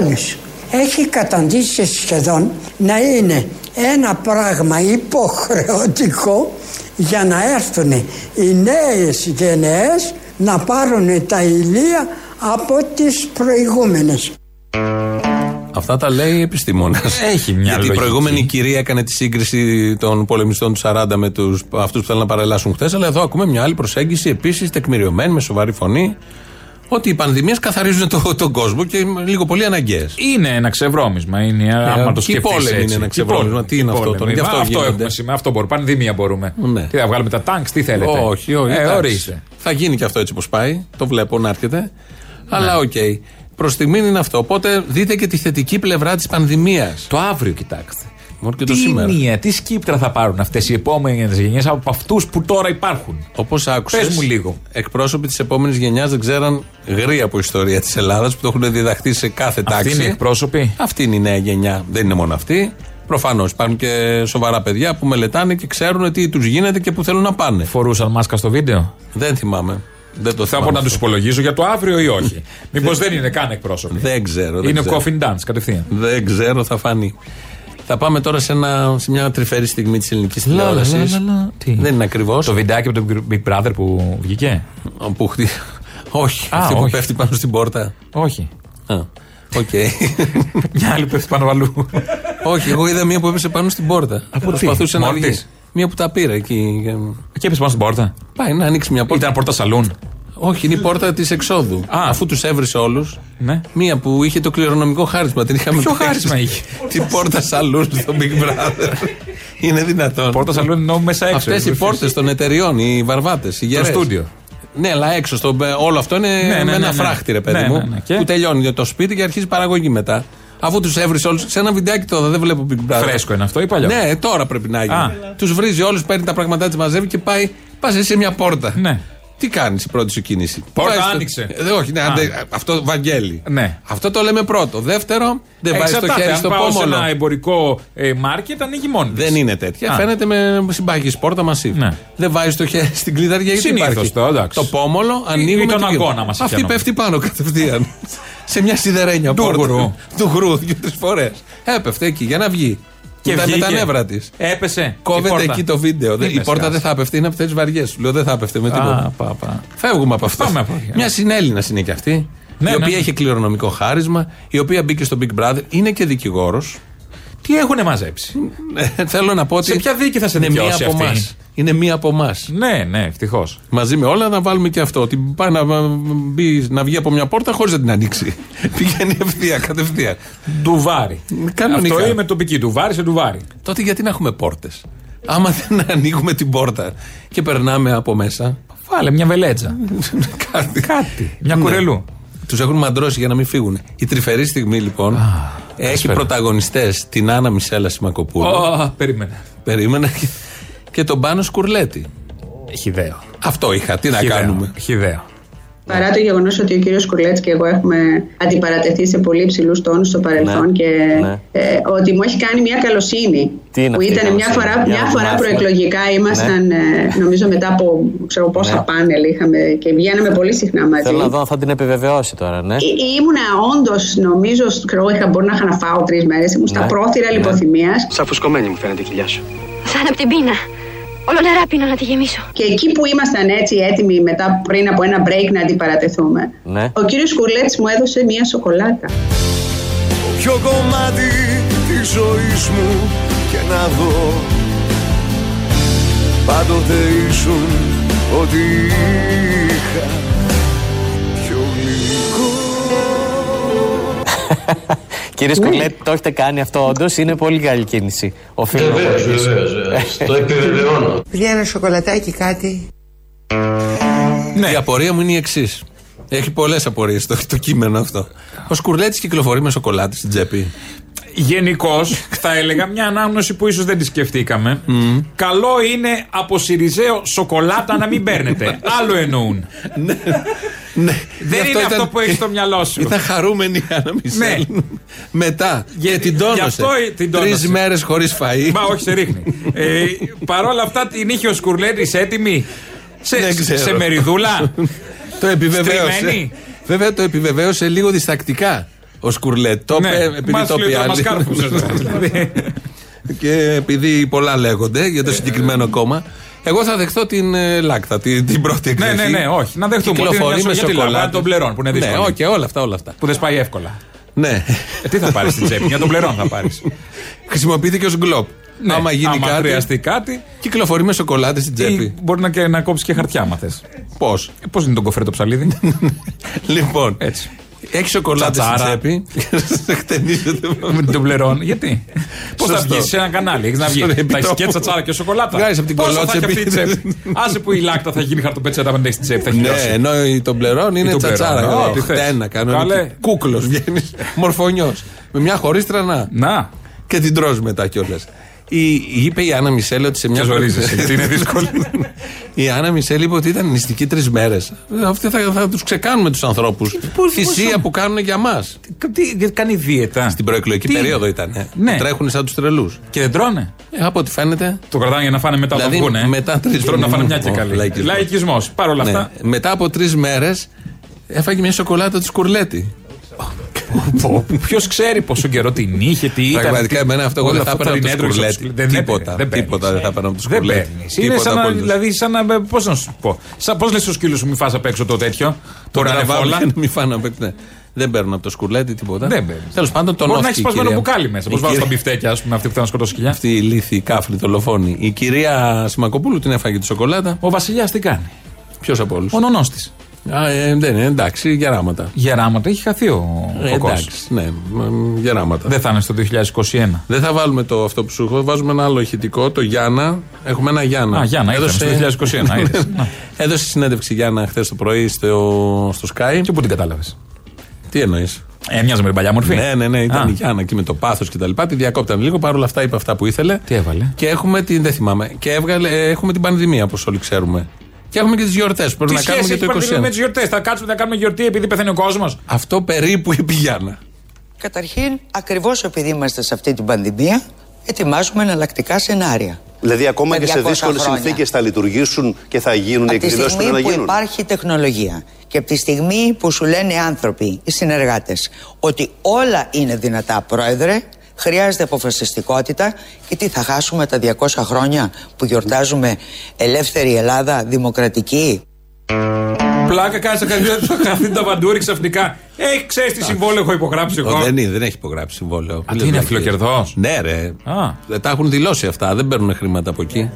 Όλες. Έχει καταντήσει σχεδόν να είναι ένα πράγμα υποχρεωτικό για να έρθουν οι νέες γενναίες να πάρουν τα ηλία από τις προηγούμενες. Αυτά τα λέει η επιστήμονας. Έχει μια Γιατί η λογική. προηγούμενη κυρία έκανε τη σύγκριση των πολεμιστών τους 40 με τους, αυτούς που θέλουν να παρελάσουν χθες. Αλλά εδώ ακούμε μια άλλη προσέγγιση επίσης τεκμηριωμένη με σοβαρή φωνή Ότι οι πανδημίες καθαρίζουν το, τον κόσμο και είναι λίγο πολύ αναγκαίες. Είναι ένα ξεβρώμισμα. Είναι, Ε, άμα το και οι σκεφτείς πόλεμοι έτσι. είναι ένα Οι ξεβρώμισμα. πόλεμοι, Τι είναι οι αυτό πόλεμοι. τώρα, γι' αυτό Μα αυτό γίνονται. έχουμε σήμερα. Αυτό μπορούμε. Πανδημία μπορούμε. Ναι. Τι θα βγάλουμε τα τάγκ, τι θέλετε. Όχι, όχι. Ε, εντάξει. ορίστε. Θα γίνει και αυτό έτσι όπως πάει. Το βλέπω να έρχεται. Ναι. Αλλά οκ. Okay. Προς στιγμή είναι αυτό. Οπότε δείτε και τη θετική πλευρά της πανδημίας. Το αύριο, κοιτάξτε. Μόνο και το Τι σήμερα. μνήμα, τι σκύπτρα θα πάρουν αυτές οι επόμενες γενιές από αυτούς που τώρα υπάρχουν. Όπως άκουσες. Πες μου λίγο. Εκπρόσωποι της επόμενης γενιάς δεν ξέραν γρή από ιστορία της Ελλάδας που το έχουν διδαχθεί σε κάθε Αυτοί τάξη. είναι οι εκπρόσωποι. Αυτή είναι η νέα γενιά. Δεν είναι μόνο αυτή. Προφανώς υπάρχουν και σοβαρά παιδιά που μελετάνε και ξέρουν τι τους γίνεται και που θέλουν να πάνε. Φορούσαν μάσκα στο βίντεο. Δεν θυμάμαι. Δεν το Θα θυμάμαι. μπορώ να τους αυτό. υπολογίζω για το αύριο ή *laughs* όχι. Μήπως δεν είναι καν εκπρόσωποι. Δεν ξέρω. Δεν Είναι ξέρω. coffin dance κατευθείαν. Δεν ξέρω, θα φανεί. Θα πάμε τώρα σε, ένα, σε μια τρυφερή στιγμή της ελληνικής Λα, λα, τηλεόρασης. λα, λα, λα. Τι? Δεν είναι ακριβώς. Το βιντεάκι από τον Big Brother που βγήκε. Που χτύ... Όχι, Α, αυτή που όχι. πέφτει πάνω στην πόρτα. Όχι. Α, *laughs* οκ. Μια άλλη πέφτει πάνω αλλού. Όχι, εγώ είδα μία που έπεσε πάνω στην πόρτα. Από τι? Προσπαθούσε να Μόρτης? βγει. Μία που τα πήρε εκεί. *laughs* Και έπεσε πάνω στην πόρτα. Πάει να ανοίξει μια πόρτα. Ήταν πόρτα σαλούν. Όχι, είναι η πόρτα της εξόδου. Αφού τους έβρισε όλους. Ναι. Μία που είχε το κληρονομικό χάρισμα. Την είχαμε Ποιο πει. χάρισμα είχε? *laughs* Την πόρτα σαλούν στο Big *laughs* Brother. είναι δυνατόν. Πόρτα σαλούν ενώ μέσα έξω. Αυτές οι πόρτες των εταιριών, οι βαρβάτες, οι γερές. στούντιο. Ναι, αλλά έξω. Στο, όλο αυτό είναι ναι, με ναι, ένα ναι. φράχτη, ρε παιδί Ναι, μου. ναι, ναι. Και? Που τελειώνει το σπίτι και αρχίζει η παραγωγή μετά. Αφού τους έβρισε όλους. Σε ένα βιντεάκι τώρα, δεν βλέπω Big Brother. Φρέσκο είναι αυτό ή παλιό. Ναι, τώρα πρέπει να Α. γίνει. Τους βρίζει όλους, παίρνει τα πράγματά τη, μαζεύει και πάει. Πας εσύ σε μια πόρτα. Ναι. Τι κάνεις η πρώτη σου κίνηση. Πόρτα Βάζεις το- άνοιξε. Ε, όχι, ναι, Α. άντε, αυτό βαγγέλη. Ναι. Ε, Αυτό το λέμε πρώτο. Δεύτερο, δεν βάζεις το Εξαρτάται, χέρι αν στο πάω σε πόμολο. ένα εμπορικό ε, μάρκετ ανοίγει μόνο. της. Δεν είναι τέτοια. Α. Φαίνεται με συμπάγει πόρτα μασίβ. Ναι. Δεν βάζεις το χέρι στην κλειδαριά γιατί Συνήθως υπάρχει. το, εντάξει. πόμολο Ή- ανοίγουμε. ή τον και κλείνουμε. αγκώνα μας Αυτή πιάνουμε. πέφτει πάνω *laughs* κατευθείαν. σε μια σιδερένια Του πόρτα. γρου. Του γρου, δύο-τρει φορές. Έπεφτε εκεί για να βγει. με, τα, με τα βγήκε. νεύρα της. Έπεσε. η Κόβεται πόρτα. εκεί το βίντεο. Δεν- Τι Η λες, πόρτα Κάση. δεν θα έπεφτε, είναι από τι βαριές. Σου λέω δεν θα έπεφτε με τίποτα. Α, πα, πα. Φεύγουμε από αυτό. Πάμε από εκεί, ναι. Μια συνέλληνα είναι και αυτή. Ναι, η οποία ναι. έχει κληρονομικό χάρισμα, η οποία μπήκε στο Big Brother, είναι και δικηγόρος. Τι έχουν μαζέψει. Ε, Θέλω να πω ότι. Ναι. Σε ποια δίκη θα σε είναι μία δικαιώσει από αυτή? εμάς. Είναι μία από εμάς. Ναι, ναι, ευτυχώς. Μαζί με όλα να βάλουμε και αυτό. Ότι πάει να, μπει, να βγει από μια πόρτα χωρίς να την *laughs* ανοίξει. Πηγαίνει ευθεία, κατευθείαν. Ντουβάρι. Κανονικά. Αυτό είναι με τοπική. Ντουβάρι σε ντουβάρι. Τότε γιατί να έχουμε πόρτες. Άμα δεν ανοίγουμε την πόρτα και περνάμε από μέσα. *laughs* Βάλε μια βελέτσα. κάτι. Κάτι. Ναι. Μια κουρελού. Τους έχουν μαντρώσει για να μην φύγουν. Η τρυφερή στιγμή λοιπόν έχει καλησπέρα. πρωταγωνιστές την Άννα Μισέλα Σιμακοπούλου. Ω, περίμενε. Περίμενα και, και τον Πάνος Σκουρλέτη. Χιδαίο. Αυτό είχα. Τι να κάνουμε. Χιδαίο. Παρά το γεγονός ότι ο κύριος Κουρλέτ και εγώ έχουμε αντιπαρατεθεί σε πολύ υψηλούς τόνους στο παρελθόν και ναι. ε, ότι μου έχει κάνει μια καλοσύνη. Τι είναι που αυτή η ήταν μια καλοσύνη, φορά, για να μια το φορά μάθουμε. προεκλογικά ήμασταν, ε, νομίζω, μετά από ξέρω, πόσα Ναι. πάνελ είχαμε και βγαίναμε πολύ συχνά μαζί. Θέλω να δω αν θα την επιβεβαιώσει τώρα, ναι. Ή- ή- Ήμουνα όντως, νομίζω, ξέρω, εγώ είχα, μπορεί να είχα να φάω τρεις μέρες. Ήμουν στα Ναι. πρόθυρα Ναι. λιποθυμίας. Σαν φουσκωμένη μου φαίνεται η κοιλιά σου. Σαν από την πείνα. Όλο νερά πίνω να τη γεμίσω. Και εκεί που ήμασταν έτσι έτοιμοι μετά πριν από ένα break να αντιπαρατεθούμε, Ναι. ο κύριος Κουρλέτς μου έδωσε μία σοκολάτα. Ποιο κομμάτι της ζωής μου και να δω Πάντοτε ήσουν ότι είχα πιο λίγο Κύριε Σκουλέτη, το έχετε κάνει αυτό όντως. Είναι πολύ καλή κίνηση. Οφείλω να Βεβαίως, χορηγήσω. βεβαίως, βεβαίως. Το επιβεβαιώνω. Βγαίνει ένα σοκολατάκι κάτι. Η απορία μου είναι η εξής. Έχει πολλές απορίες το, το κείμενο αυτό. Ο Σκουρλέτης κυκλοφορεί με σοκολάτη στην τσέπη. Γενικώς, θα έλεγα μια ανάγνωση που ίσως δεν τη σκεφτήκαμε. Καλό είναι από Σιριζέο σοκολάτα να μην *laughs* παίρνετε. Άλλο εννοούν. ναι. Δεν Γι' είναι αυτό που έχεις στο μυαλό σου. Ήταν χαρούμενη η Άννα Μισελ. Μετά. και την τόνωσε. γι' αυτό την τόνωσε. Τρεις μέρες χωρίς φαΐ. Μα όχι, σε ρίχνει. ε, Παρ' όλα αυτά την είχε ο Σκουρλέτης έτοιμη. Σε, Δεν ξέρω. σε μεριδούλα. το επιβεβαίωσε. Στριμμένη. Βέβαια το επιβεβαίωσε λίγο διστακτικά ο Σκουρλέτ. Το Ναι, είπε επειδή μας το λέει πει τώρα, μας άλλη. κάρφωσε τώρα, *laughs* δηλαδή. Και επειδή πολλά λέγονται Ε, για το συγκεκριμένο κόμμα. Εγώ θα δεχτώ την ε, λάκτα, την, την πρώτη Ναι, εκδοχή. ναι, ναι, όχι. Να δεχτούμε ότι είναι μια Κυκλοφορεί με σοκολάτα σοκολάτα. των πλερών, που είναι δύσκολη. Ναι, όχι, όλα αυτά, όλα αυτά. που δεν σπάει εύκολα. *laughs* Ναι. Ε, τι θα πάρεις στην τσέπη, για τον πλερόν θα πάρεις. Χρησιμοποιείται και ως γκλοπ. Ναι, άμα γίνει άμα κάτι, χρειαστεί κάτι. κυκλοφορεί με σοκολάτε στην τσέπη. Μπορεί να, και- να κόψεις και χαρτιά, άμα θες. Πώς. Πώς είναι τον κοφρέ το ψαλίδι. *laughs* λοιπόν, Έτσι. έχει σοκολάτε στην Τσατσάρα. τσέπη. *laughs* Χτενίζεται. *laughs* Με τον πλερόν. Γιατί. Πώς θα Σωστό. βγεις σε ένα κανάλι, έχεις να βγεις. Στον Τα έχεις και επιτρόπο. τσατσάρα και σοκολάτα. Βγάζεις από την Πόσο θα έχει κολότσεπη. αυτή η τσέπη. Άσε που η λάκτα θα γίνει χαρτοπετσέτα αν έχεις την τσέπη. Θα Ναι, χειρώσει. ενώ η- τον πλερών είναι τον τσατσάρα. πλερών, Πλερών, ό,τι θες. χτένα, Καλέ. κανονική. Κούκλος βγαίνεις. Μορφωνιός. Με μια χωρίστρα να. Να. Και την τρως μετά κιόλας. Η, είπε η Άννα Μισελ ότι σε μια. Και ζορίζεσαι, γιατί είναι δύσκολο. *laughs* η Άννα Μισελ είπε ότι ήταν νηστική τρεις μέρες. Αυτοί θα, θα τους ξεκάνουμε τους ανθρώπους. Θυσία που κάνουν για μας. Τι, κάνει δίαιτα. Στην προεκλογική Τι? περίοδο ήταν. ε. Ναι. Τρέχουν σαν τους τρελούς. Και δεν τρώνε. Ε, από ό,τι φαίνεται. Το κρατάνε για να φάνε μετά Δηλαδή, όταν βγουνε. μετά τρεις Τρώνε να φάνε μια και Ω, καλή. λαϊκισμός. Λαϊκισμός. Παρ' όλα Ναι. αυτά. Μετά από τρεις μέρες έφαγε μια σοκολάτα του Σκουρλέτη. Ποιος ξέρει πόσο καιρό την είχε, τι ήταν. Πραγματικά τι- εμένα αυτό εγώ όλα δεν θα αυτά έπαιρνα από την το έτρωγες από σκουρλέτι. τους- δεν έπαιρνες, Τίποτα. δεν παίρνεις. Τίποτα δεν θα έπαιρνα από το Δεν σκουρλέτι. παίρνει. Είναι Τίποτα σαν να, απολύτως. δηλαδή, σαν να. Πώς να σου πω. Σαν πώς λες στους σκύλους σου, μη φας απ' έξω το τέτοιο. Το ρανεβόλα. τραβάμε, Μη φάνω απ' έξω, ναι. Δεν παίρνω από το σκουρλέτι τίποτα. Δεν παίρνεις. Τέλος πάντων τον Ε, Μπορεί να όθηκε έχει η σπασμένο κυρία. μπουκάλι μέσα. Η Πώ βάζω τα κυρία- μπιφτέκια, ας πούμε, αυτή που θέλει να σκοτώσει σκυλιά. Αυτή η λύθη, η κάφρη, δολοφόνη. Η κυρία Σμακοπούλου την έφαγε τη σοκολάτα. Ο Βασιλιάς τι κάνει. Ποιος από όλους. Ο νονός της. Δεν είναι, εντάξει, γεράματα. Γεράματα, έχει χαθεί ο Ε, κοκό. εντάξει, ναι, μ, γεράματα. Δεν θα είναι στο 2021. Δεν θα βάλουμε το αυτό που σου έχω, βάζουμε ένα άλλο ηχητικό, το Γιάννα. Έχουμε ένα Γιάννα. Α, Γιάννα, *laughs* είδαμε, στο 2021, είδες. Να. Έδωσε συνέντευξη Γιάννα χθες το πρωί στο, στο Sky. Και πού την κατάλαβες. Τι εννοείς. Ε, μοιάζει με την παλιά μορφή. Ναι, ναι, ναι, ήταν Α. η Γιάννα εκεί με το πάθος και τα λοιπά. Τη διακόπτανε λίγο, παρόλα αυτά είπε αυτά που ήθελε. Τι έβαλε. Και έχουμε την. Δεν θυμάμαι. Και έβγαλε, ε, έχουμε την πανδημία, όπως όλοι ξέρουμε. Και έχουμε και τις γιορτές που πρέπει Τι να κάνουμε σχέση για το έχει πανδημία 2021. με τις γιορτές. Θα κάτσουμε να κάνουμε γιορτή επειδή πεθαίνει ο κόσμος. Αυτό περίπου είπε η Γιάννα. Καταρχήν, ακριβώς επειδή είμαστε σε αυτή την πανδημία, ετοιμάζουμε εναλλακτικά σενάρια. Δηλαδή, ακόμα Με και σε 200 δύσκολες χρόνια. συνθήκες θα λειτουργήσουν και θα γίνουν οι Από τη εκδηλώσεις που στιγμή πρέπει να που γίνουν. υπάρχει τεχνολογία και από τη στιγμή που σου λένε οι άνθρωποι, οι συνεργάτες, ότι όλα είναι δυνατά, πρόεδρε, χρειάζεται αποφασιστικότητα και τι θα χάσουμε τα 200 χρόνια που γιορτάζουμε ελεύθερη Ελλάδα, δημοκρατική. Πλάκα κάνει το καρδιό του καθήν τα βαντούρι ξαφνικά. Έχει ξέρεις τι συμβόλαιο έχω υπογράψει Ο, εγώ. Ε, δεν, είναι, δεν έχει υπογράψει συμβόλαιο. τι Λες είναι, βλακίες. φιλοκερδός? Ναι, ρε. Α. Δεν τα έχουν δηλώσει αυτά. Δεν παίρνουν χρήματα από εκεί.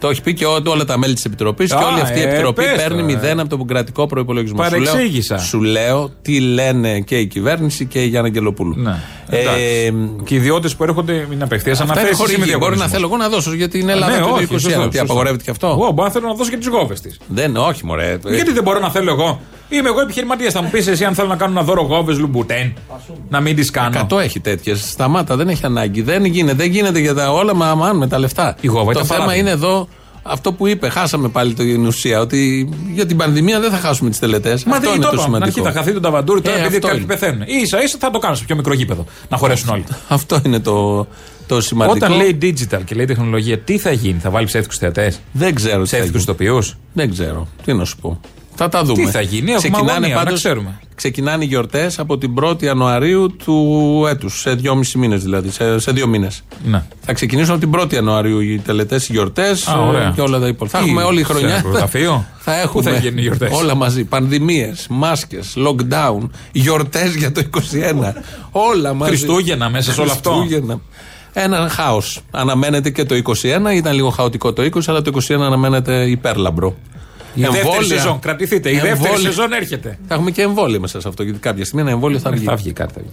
Το έχει πει και ό, όλα τα μέλη της Επιτροπής και Α, όλη αυτή η ε, Επιτροπή πες το, παίρνει ε. μηδέν από τον κρατικό προπολογισμό. Παρεξήγησα. Σου λέω, σου λέω τι λένε και η κυβέρνηση και η Γιάννα Αγγελοπούλου. Ναι. Ε, Εντάξει. και οι ιδιώτες που έρχονται είναι απευθείας αυτά είναι αναθέσεις. χορηγή. Μπορεί να θέλω εγώ να δώσω για ναι, την Ελλάδα του 2021. Τι απαγορεύεται και αυτό. Εγώ μπορώ να θέλω να δώσω και τις γόβες της. Δεν, όχι, μωρέ. ε, Γιατί δεν μπορώ να θέλω εγώ. Είμαι εγώ επιχειρηματίας. Θα μου πεις εσύ αν θέλω να κάνω ένα δώρο γόβε λουμπουτέν. Να μην τις κάνω. Κατό έχει τέτοιες. Σταμάτα, δεν έχει ανάγκη. Δεν γίνεται, δεν γίνεται για τα όλα μα αμάν με τα λεφτά. Η γόβα το ήταν θέμα παράδειγμα. είναι εδώ αυτό που είπε. Χάσαμε πάλι την ουσία. Ότι για την πανδημία δεν θα χάσουμε τις τελετές. Μα Αυτό δεν είναι το το είπαμε. Να αρχίσει σημαντικό. να χαθεί τον ταβαντούρι τώρα Ε, επειδή αυτό κάποιοι είναι. πεθαίνουν. σα ίσα θα το κάνω σε πιο μικρό γήπεδο. Να χωρέσουν όλοι. Αυτό είναι το, το σημαντικό. Όταν λέει digital και λέει τεχνολογία, τι θα γίνει, θα βάλεις ψεύτικου θεατές. Δεν ξέρω. τι θα Ψεύτικου γίνει. ηθοποιού. Δεν ξέρω. Τι να σου πω. Θα τα δούμε. Τι θα γίνει, έχουμε αγωνία, να ξέρουμε. Ξεκινάνε οι γιορτές από την 1η Ιανουαρίου του έτους. Σε δυόμισι μήνες δηλαδή. Σε, σε δύο μήνες. Ναι. Θα ξεκινήσουν από την 1η Ιανουαρίου οι τελετές, οι γιορτές Α, ωραία. και όλα τα υπόλοιπα. Τι, Θα έχουμε όλη η χρονιά. σε ένα γραφείο? θα Πού έχουμε θα γίνουν οι γιορτές? Όλα μαζί. Πανδημίες, μάσκες, lockdown, γιορτές για το 21. όλα μαζί. Χριστούγεννα μέσα σε όλο αυτό. Χριστούγεννα. Ένα χάος. Αναμένεται και το 21. Ήταν λίγο χαοτικό το 20, αλλά το 21 αναμένεται υπέρλαμπρο. Η δεύτερη σεζόν, κρατηθείτε. Η δεύτερη Εμβόλια. σεζόν έρχεται. Θα έχουμε και εμβόλιο μέσα σε αυτό, γιατί κάποια στιγμή ένα εμβόλιο θα βγει. Ναι, Θα βγει κάτι. θα βγει.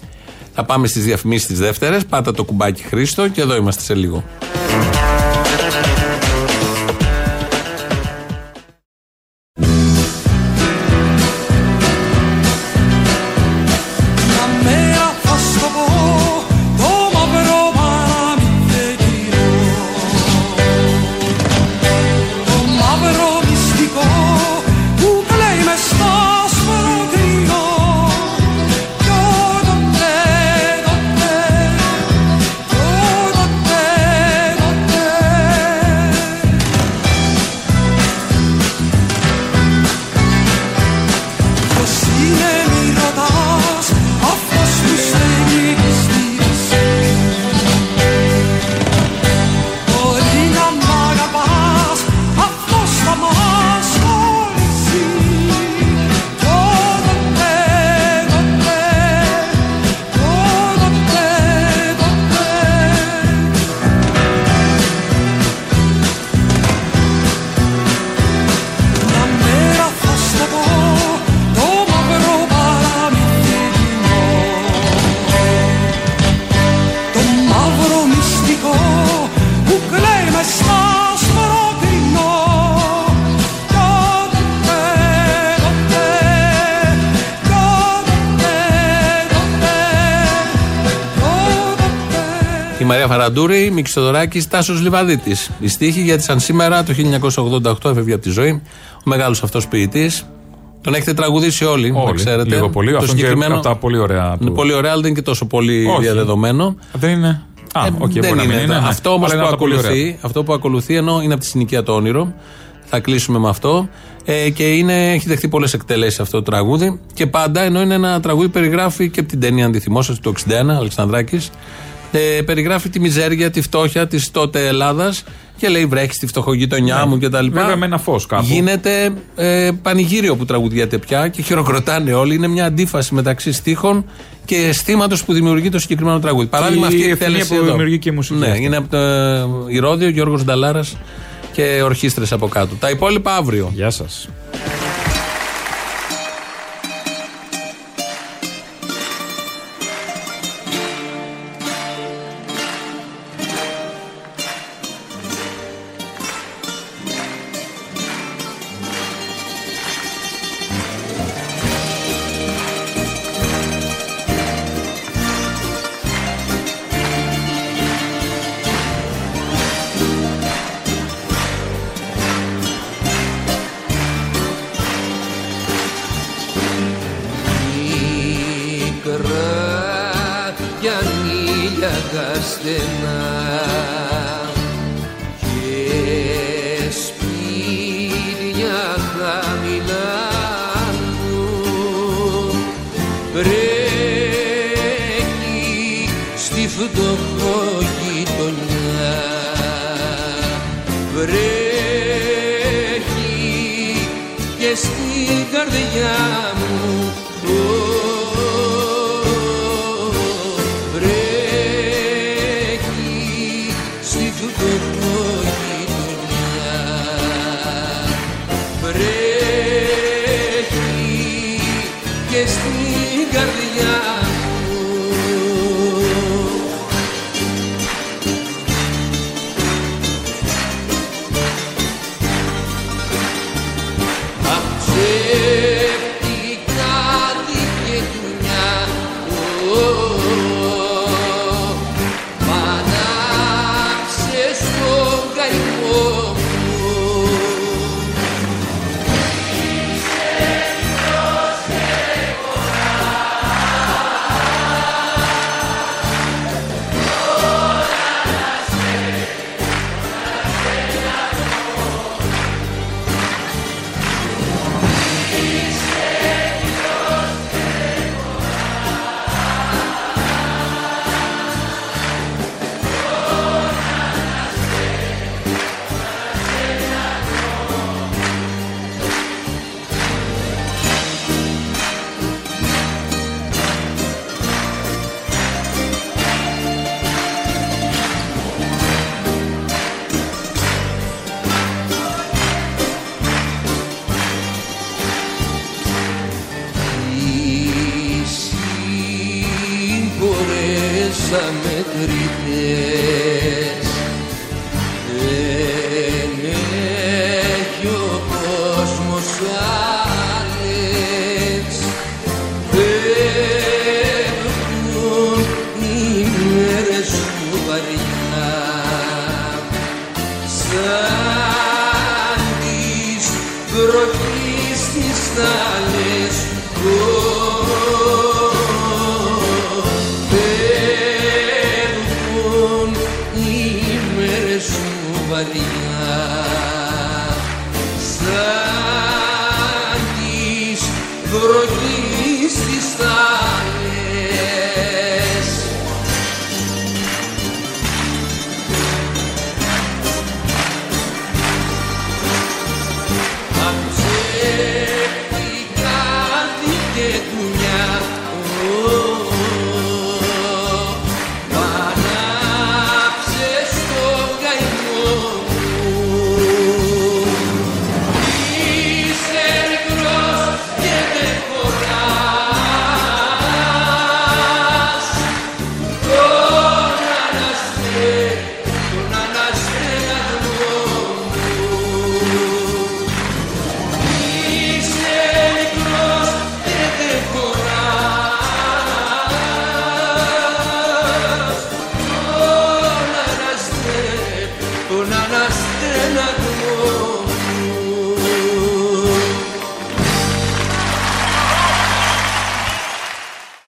Θα πάμε στις διαφημίσεις τις δεύτερες. Πάτα το κουμπάκι Χρήστο και εδώ είμαστε σε λίγο. Thank you. Η Μαρία Φαραντούρη, Μίκης Θεοδωράκης, Τάσος Λιβαδίτης. Οι στίχοι γιατί σαν σήμερα το 1988 έφευγε από τη ζωή ο μεγάλος αυτός ποιητής. Τον έχετε τραγουδήσει όλοι, να Όλοι, ξέρετε. λίγο πολύ. Αυτό είναι και από τα πολύ ωραία Είναι του. πολύ ωραία, αλλά δεν είναι και τόσο πολύ Όχι. διαδεδομένο. Δεν είναι. Ε, Α, οκ, Ε, δεν μπορεί να μην είναι. είναι, ναι. Αυτό όμως Αλλά που είναι από τα πολύ ακολουθεί, αυτό που ακολουθεί ενώ είναι από τη συνοικία το όνειρο. Θα κλείσουμε με αυτό. Ε, και είναι, έχει δεχτεί πολλές εκτελέσεις αυτό το τραγούδι. Και πάντα, ενώ είναι ένα τραγούδι, περιγράφει και από την ταινία Αντιθυμόσαυση του 61, Αλεξανδράκης. Ε, περιγράφει τη μιζέρια, τη φτώχεια της τότε Ελλάδας και λέει βρέχει στη φτωχογειτονιά μου κτλ. Ναι. Βέβαια με ένα φως κάπου. Γίνεται ε, πανηγύριο που τραγουδιέται πια και χειροκροτάνε όλοι. Είναι μια αντίφαση μεταξύ στίχων και αισθήματος που δημιουργεί το συγκεκριμένο τραγούδι. Παράδειγμα, η αυτή η ευθύνη εκτέλεση. που εδώ. δημιουργεί και η μουσική Ναι, αυτή. είναι από το ε, Ηρόδιο, Γιώργος Νταλάρας και ορχήστρες από κάτω. Τα υπόλοιπα αύριο. Γεια σας. Μικρά κι ανήλια τα στενά και σπίτια χαμηλά μου βρέχει στη φτωχογειτονιά βρέχει και στην καρδιά μου βρέχει στη φτωχογειτονιά βρέχει και στην καρδιά μου Ψεύτικα δικαιτουνιά Μανάψε στον καημό μου σύμπορες αμετρητές δεν έχει ο κόσμος άλλες φεύγουν οι μέρες σου βαριά σαν τις βροχής τις θάλες φεύγουν οι μέρες σου βαριά σαν τις βροχής τις θάλασσες